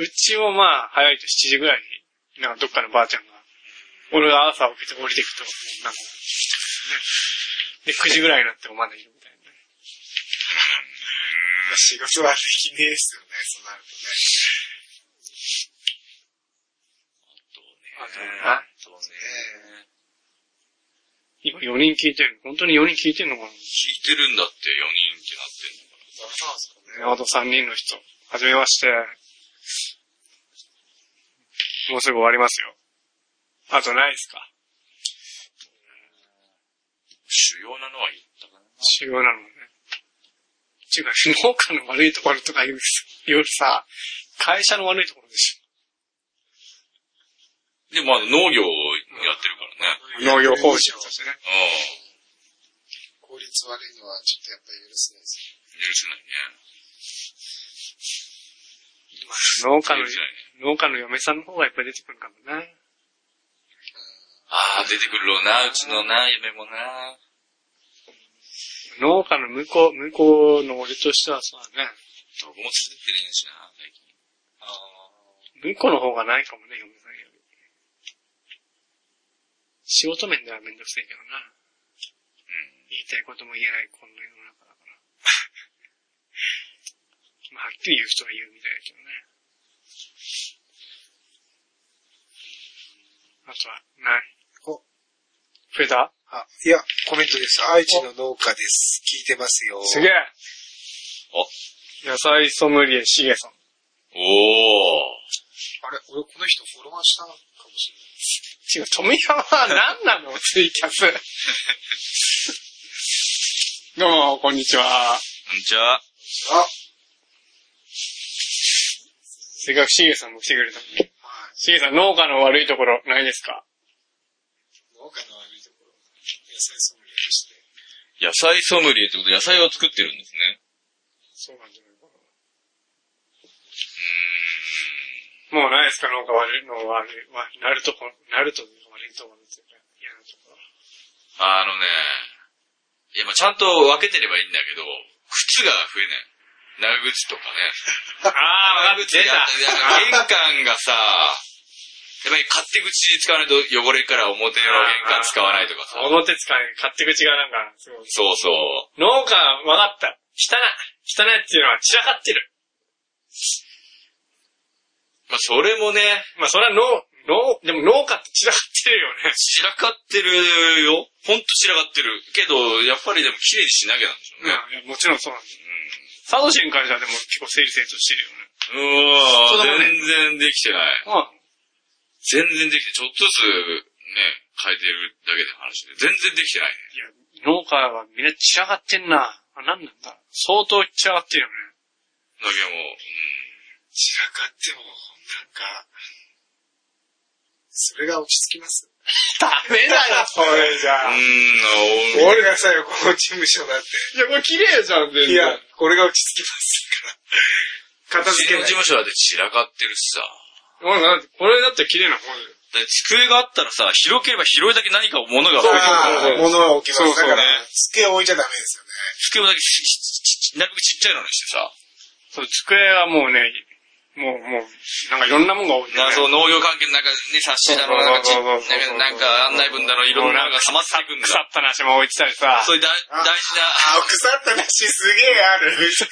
S2: うちもまあ、早いと7時ぐらいに、なんかどっかのばあちゃんが、俺が朝起きて降りてくと、もうなんか、ね。で、9時ぐらいになってもまだいるみたいな。
S1: まあ仕事はできねえっすよね、そうなるとね。
S2: あ
S3: そうね。
S2: 今4人聞いてる。本当に4人聞いてるのか
S3: 聞いてるんだって4人ってなってんのか
S1: そうなんですか
S2: な
S1: ね。
S2: あと3人の人。はじめまして。もうすぐ終わりますよ。あとないですか
S3: 主要なのは言ったかな。
S2: 主要なのはね。っていうか、農家の悪いところとか言うよりさ、会社の悪いところでし
S3: で、まあ農業をやってるからね。
S2: ょ。農業法人としてね。
S3: うん。
S1: 効率悪いのはちょっとやっぱり許せないですね。
S3: 許せないね。
S2: 農家の
S3: 許、せないね。
S2: 農家の嫁さんの方がいっぱい出てくるかもな。
S3: ああ、出てくるろうな、うちのな、夢もな。
S2: 農家の向こう、向こうの俺としてはさ、ね、
S3: 僕も作ってねえしな、最近。
S1: あ
S2: 向こうの方がないかもね、嫁さんより。仕事面ではめんどくせえけどな。言いたいことも言えない、こんな世の中だから。 <laughs> まあ、はっきり言う人は言うみたいだけどね。あとは、ない。
S1: お
S2: 増えた
S1: あ、いや、コメントです。愛知の農家です。聞いてますよ。
S2: すげえ
S3: お
S2: 野菜ソムリエ、シゲさん。
S3: おー。
S1: あれ、俺この人フォロワーしたかもしれない。
S2: 違う、富山は何な <laughs> のツイキャス。どうも、こんにちは。
S3: こんにちは。
S1: あ、
S2: せっかくシゲさんも来てくれたのに。
S1: はい。
S2: シゲさん、農家の悪いところ、ないですか
S1: 農家の悪いところ。野菜ソムリエとして。
S3: 野菜ソムリエってことで野菜を作ってるんですね。
S2: そうなんじゃないかな。もうないですか、農家悪いの悪い、わなるとこ、なると悪いところですよね。嫌なところ。
S3: あのね、いや、まあちゃんと分けてればいいんだけど、靴が増えない。長靴とかね。
S2: <laughs> あ
S3: 長靴であった玄関がさ、やっぱり勝手口使わないと汚れるから表の玄関使わないとかさ。
S2: 表使い、勝手口がなんか、すごい。
S3: そうそう。
S2: 農家、わかった。汚い。汚いっていうのは散らかってる。
S3: まあそれもね、
S2: まあ、それは農、農、でも農家って散らかってるよね。
S3: 散らかってるよ。ほんと散らかってる。けど、やっぱりでも綺麗にしなきゃなんでしょうね。
S2: いや、もちろんそうなんです。サトシに関してはでも結構整理整頓してるよね。
S3: うん。う
S2: そうだ
S3: わ
S2: もんね
S3: 全然できてない。
S2: あ
S3: 全然できて、ちょっとずつね、変えてるだけで話で。全然できてないね。
S2: いや、農家はみんな散らかってんな。あ、なんなんだ。相当散らかってるよね。
S3: だけどもう、うん。
S1: 散らかっても、なんか、それが落ち着きます。
S2: ダメだ <laughs> よ、それじゃ
S3: う
S2: い
S3: ん、
S1: 俺がさよ、この事務所だって。
S2: や、これ綺麗じゃん、全
S1: いや、これが落ち着きますから。
S3: う
S1: 片付
S3: ち
S1: け
S3: の
S1: ない
S3: 事。務所だって散らかってるしさ。
S2: 俺だってこれだって綺麗な方だよ。
S3: で机があったらさ、広ければ広いだけ何か物が置いて
S2: そうそう
S3: ある。
S2: そう
S1: 物は置きます。
S2: そうそう
S1: だから
S3: ね、
S1: 机置いちゃダメですよね。
S3: 机もだけちちちなるべくちっちゃいのにしてさ。
S2: そう、机はもうね、もう、もう、なんかいろんなもんが多い、ね。
S3: なそう、農業関係のなんかね、冊子だろ、なんかち、
S2: そう
S3: なん
S2: そうそうそう
S3: かなんか案内文だろ、いろんなのが溜まっていくん
S2: 腐
S3: だ。
S2: った梨も置いてたりさ。
S3: そういう大
S1: あ
S2: <laughs>
S3: 大事な、
S1: あ、腐った梨すげえある。す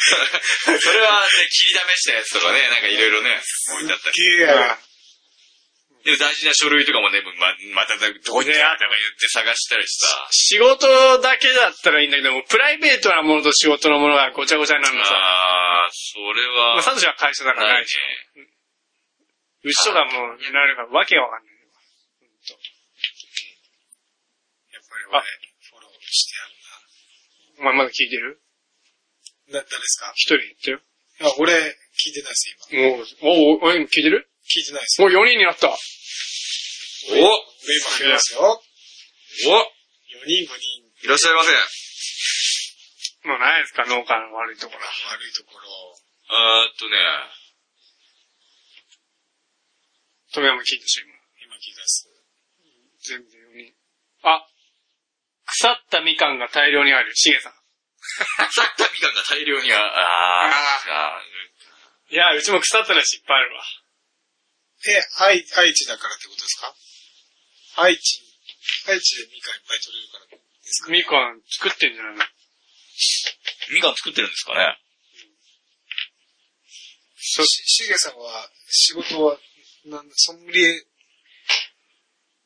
S3: それはね、切りだめしたやつとかね、なんかいろいろね、置いてあったり。
S1: げえある。
S3: でも大事な書類とかもね、ま、まただどこにあったか言って探したりさ。
S2: 仕事だけだったらいいんだけども、プライベートなものと仕事のものがごちゃごちゃになるのさ。
S3: あー、それは。
S2: まあ、サトシは会社だから
S3: な
S2: ないい
S3: ね
S2: し。。うちとかもう、なるから、わけがわかんない。
S1: やっぱり俺、フォローして
S2: お前まだ聞いてる
S1: やるな。だったんですか
S2: 一人言ってよ。
S1: あ、俺、聞いてないです、今。
S2: もう、おう、おう、聞いてる
S1: 聞いてないです。
S2: もう4人になった。
S3: おお
S1: 今、増えますよ。4人、5人、
S3: いらっしゃいませ。
S2: もうないですか、農家の悪いところ。
S1: 悪いところ。
S3: あーっとね、
S2: 富山聞いたし、今
S1: 今聞いたっす。
S2: 全部で4人。あ、腐ったみかんが大量にある、しげさん。
S3: 腐ったみかんが大量にあ、あーあ
S2: いや、うちも腐ったら失敗あるわ。
S1: え、愛、愛知だからってことですか愛知、愛知でみかんいっぱい取れるからですか
S2: みかん作ってんじゃないの
S3: ーみかん作ってるんですかね。
S2: そう
S1: し、しげさんは、仕事は、なんソムリエ、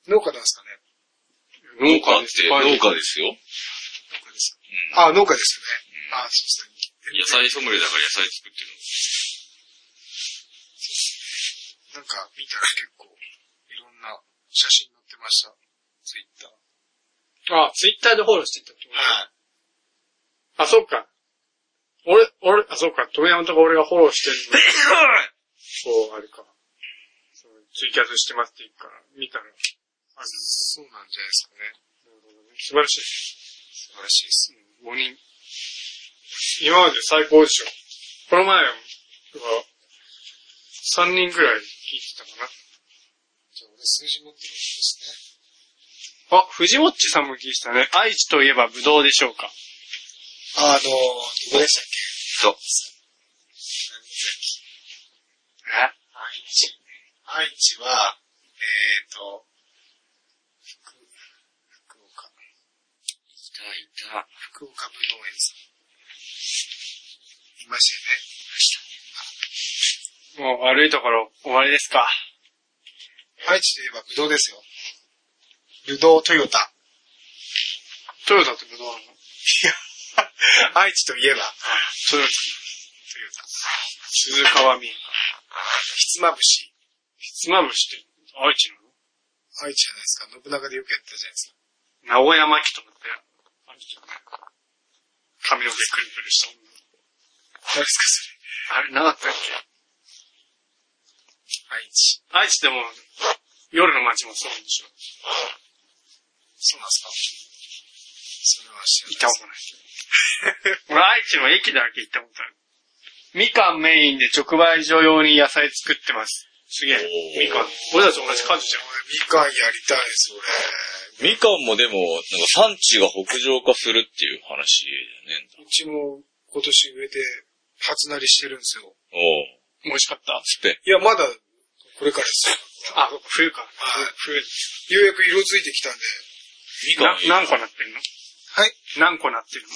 S1: 農家なんですかね
S2: 農
S3: って農家ですよ。
S1: 農家ですよ。
S3: うん
S1: あ、農家ですよね。あ、そうですね。
S3: 野菜ソムリエだから野菜作ってる
S1: なんか、見たら結構、いろんな写真載ってました。ツイッター。
S2: あ、ツイッターでフォローしてたってこ
S1: はい。
S2: とあ、そっか。俺、俺、あ、そっか、富山とか俺がフォローしてるの、こう、あれか。そうツイキャスしてますって言うから、見たら、
S1: あ、そうなんじゃないですかね。
S2: なるほどね素晴らしい。
S1: 素晴らしいです。
S2: 5人。今まで最高でしょ。この前は、3人くらい聞いてたか
S1: じゃあ、俺数字持ってるんですね。
S2: な。あ、藤もっちさんも聞いてたね。愛知といえばブドウでしょうか。
S1: あの、どこでしたっけ
S3: そう。
S2: え
S1: 愛知。愛知は、えっ、ー、と、福、福
S3: い
S1: 岡。
S3: たいた。
S1: 福岡武道園さん。いましたよね。
S2: もう悪いところ終わりですか。
S1: 愛知といえば武道ですよ。武道トヨタ。
S2: トヨタってブドウなの
S1: <laughs> 愛知といえば、
S2: トヨタ。
S1: トヨタ。
S2: 鈴川民。
S1: ひつまぶし。
S2: ひつまぶしって、愛知
S1: 愛知じゃないですか。信長でよくやってたじゃないですか。
S2: なの名古屋巻きとかって、愛知じゃない髪の毛くるくるした女。
S1: 何ですか、それ。
S2: あれ、なかったっけ
S1: 愛知。
S2: 愛知でも、夜の街もそうでしょ。
S1: そうなんですかそれは知
S2: 行っ
S1: ら
S2: たこ
S1: ないです。
S2: とない。俺、愛知の駅だけ行ったことある。みかんメインで直売所用に野菜作ってます。すげ
S3: お
S2: え。
S3: ー
S2: みかん。俺たち同じ感じじゃん。
S1: 俺、みかんやりたいです、俺。
S3: みかんもでも、なんか産地が北上化するっていう話だよね。
S1: うちも今年植えて、初なりしてるんですよ。
S3: おう
S2: 美味しかった。
S3: つって。
S1: いや、まだ、これからですよ。
S2: あ、そっか冬か。冬。
S1: ようやく色ついてきたんで、
S3: みかん
S2: な、
S3: いい
S2: 何個なってんの
S1: はい。
S2: 何個なってるの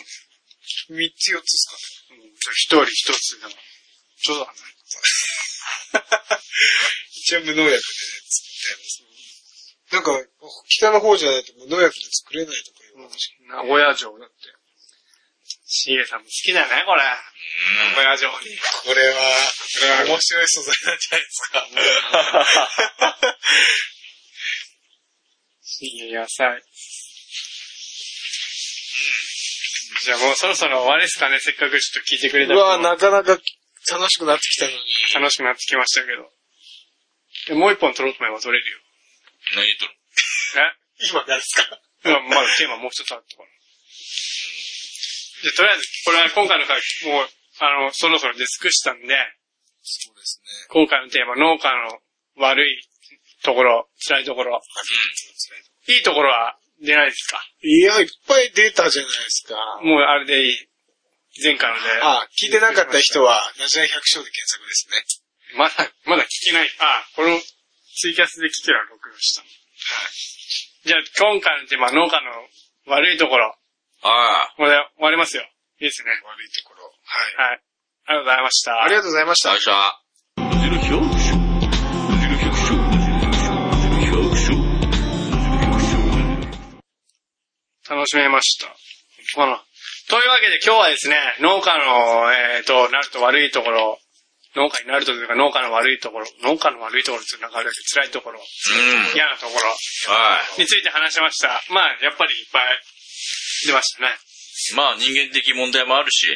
S1: 三つ四つですか
S2: うんじゃあ一人一つでも。ちょうどだね。
S1: 一応無農薬で作って。なんか、北の方じゃないと無農薬で作れないとかいう話。
S2: 名古屋城だって。シゲさんも好きだね、これ。名古屋城に。
S1: これは、面白い素材なんじゃないですか。
S2: <laughs> シゲ野菜。じゃあもうそろそろ終わりですかね、せっかくちょっと聞いてくれた
S1: うわ
S2: な
S1: なかなか楽しくなってきたのに。
S2: 楽しくなってきましたけど。でもう一本取ろうと思えば取れるよ。
S3: 何言っとる
S1: 今なんですか
S2: えうんまだテーマもう一つあったから。じゃあとりあえず、これは今回の回、もう、あの、そろそろ出尽くしたんで、
S1: そうですね。
S2: 今回のテーマ、農家の悪いところ、辛いところ、いいところは出ないですか
S1: いや、いっぱい出たじゃないですか。
S2: もうあれでいい。前回ので。
S1: あ、聞いてなかった人は、ナジラ百姓で検索ですね。
S2: まだ、まだ聞けない。あ、このツイキャスで聞けば録音した。じゃあ今回のテーマ、農家の悪いところ、
S3: ああ。
S2: これで終わりますよ。いいですね。
S1: 悪いところ。はい。
S2: はい。ありがとうございました。
S1: ありがとうございました
S3: 最。初は。
S4: ラジル百姓ラジル百姓ラジル百姓
S2: 楽しめました。ほなというわけで今日はですね、農家の、えっ、と、なると悪いところ、農家になるとというか農家の悪いところ、農家の悪いところってなんかあるけど、辛いところ、
S3: うん。
S2: 嫌なところ
S3: はい。
S2: について話しました。まあ、やっぱりいっぱい出ましたね。
S3: まあ人間的問題もあるし。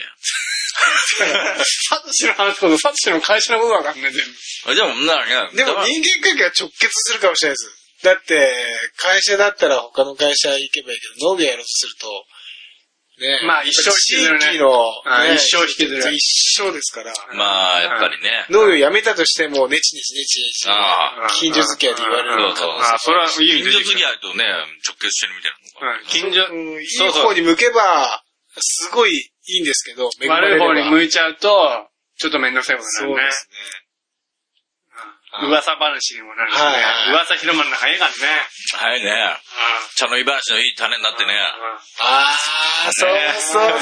S2: サトシの話こそ、サトシの会社のことわかんない、全部。
S3: あでも、ならね。
S1: でも
S3: だから
S1: 人間関係は直結するかもしれないです。だって、会社だったら他の会社行けばいいけど、農業やろうとすると、ね。
S2: まあ一生
S1: 地
S2: 引きずるね
S1: 域の、
S2: うん一生引きずる
S1: 一生ですから。
S3: まあ、やっぱりね。
S1: 農業やめたとしても、ネチネチネチネチ。
S3: ああ。
S1: 近所付き合いで言われ
S3: そう
S1: る
S3: そう
S2: ああ、それはいい
S3: 近
S2: 意味
S3: 所
S2: で言う
S3: 付き合いとね、直結してるみたいなのが。
S2: うん、近所、
S1: うんいい
S2: そうそう
S1: 方に向けば、すごいいいんですけど、恵ま
S2: 悪
S1: れ
S2: い
S1: れば
S2: 方に向いちゃうと、ちょっとめんどくさいことになるね。う
S1: ね
S2: ん噂話にもなるしね。
S1: はい
S2: 噂広まるの早いからね。
S3: 早いね。茶の湯林のいい種になってね。
S1: ああ、そうそうそう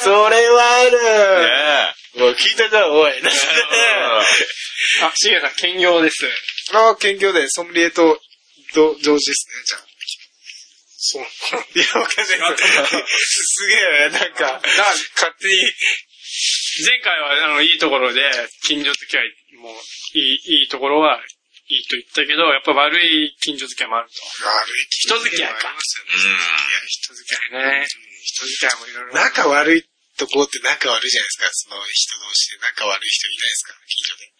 S1: そう。それ
S3: ね
S1: は
S3: え。
S1: ある。もう聞いたか、おい。
S2: あ、しげさん、兼業 <laughs> です。
S1: <laughs> ああ、兼業で、ソムリエと、ど、同時ですね、じゃあ。そう。いや、わかんない
S2: <laughs>
S1: です。すげえ、なんか、勝手に、
S2: 前回は、あの、いいところで、近所付き合いも、いい、いいところは、いいと言ったけど、やっぱ悪い近所付き合いもあると。
S1: 悪い
S2: 人付き合いか。
S1: 人付き合い
S2: ね人付き合いもいろいろ。
S1: 仲悪いとこって仲悪いじゃないですか。その人同士で仲悪い人いないですか近所で。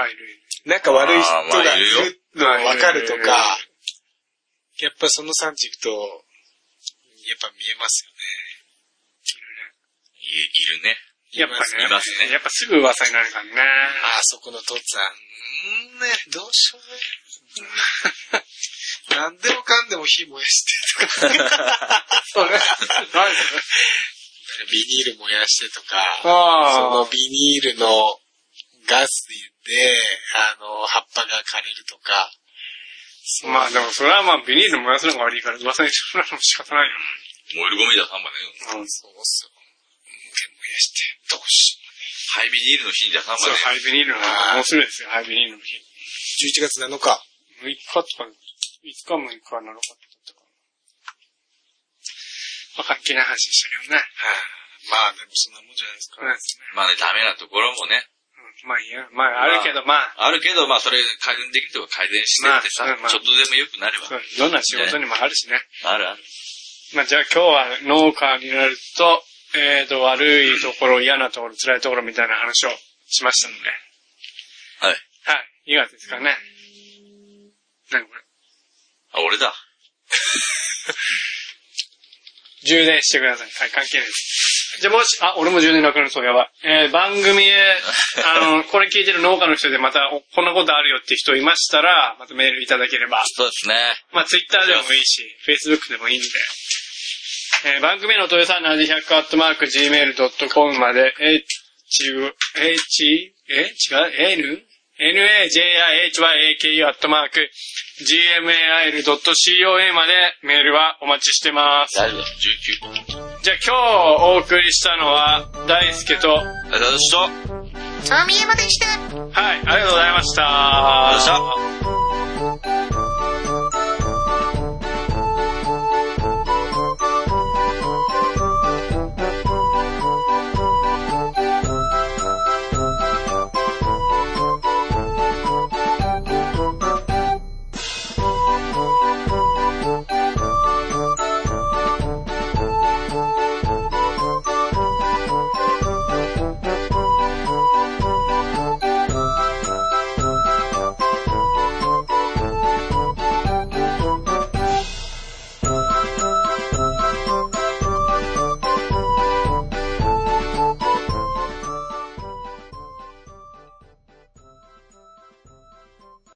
S2: あ、いるいる。
S1: 仲悪い人がいるの
S2: あーまあ
S1: がわかると
S2: いるよ
S1: か、やっぱその3軸と、やっぱ見えますよ
S3: いいるね。
S2: やっぱね、
S3: いますね
S2: やっぱすぐ噂になるからね。
S1: ね。あそこの父さん、うーんね、どうし
S2: <laughs>
S1: ようね。何でもかんでも火燃やしてとか、
S2: <laughs> そうね。
S1: ビニール燃やしてとか、そ
S2: あ
S1: の
S2: あ。
S1: ビニールのガスで、あの、葉っぱが枯れるとか。そう
S2: まあでもそれはまあビニール燃やすのが悪いから噂にしなのも仕方ないよ。
S3: 燃えるゴミだ、3番ね。
S1: そうっすよ。燃やして、どうし
S3: ハイビニールの日じゃ3番
S2: そう、ハ
S3: ね。
S2: イビニールの日。もうすぐですよ、ハイビニールの日。
S1: 11月7日。
S2: 6日とか、5日6日7日だったかな。まあ関係ない話でしたけどね。
S1: まあ、でもそんなもんじゃないですか。
S2: そうですね。
S3: まあね、ダメなところもね。
S2: うんまあいいや、まああるけど、まあ、
S3: あるけど、まあそれ改善できるとこ改善してってさ、
S2: まあまあ
S3: ちょっとでも良くなれば。
S2: そうどんな仕事にもあるしね。
S3: あるある。
S2: まあじゃあ今日は農家になると、えーと、悪いところ、嫌なところ、辛いところみたいな話をしましたので。
S3: はい。
S2: はい、いかがですかね。何これ。
S3: あ、俺だ。
S2: 充電してください。はい、関係ないです。じゃあもし、あ、俺も充電なくなるそう、やばい。えー、番組へ、あの、 <laughs> これ聞いてる農家の人でまた、おこんなことあるよって人いましたら、またメールいただければ。
S3: そうですね。
S2: まあ、ツイッターでもいいし、フェイスブックでもいいんで。えー、番組への問いさんなじ100アットマーク gmail.com まで、h, h, え違う ?n? najihyaku アットマーク gmail.com までメールはお待ちしてます。
S3: 大丈夫です。19個。
S2: じゃあ今日お送りしたのは大輔と、はい、
S3: ありがとうございました。
S4: そう見えまでした。
S2: ありがとうございました。
S3: ありがとうございました。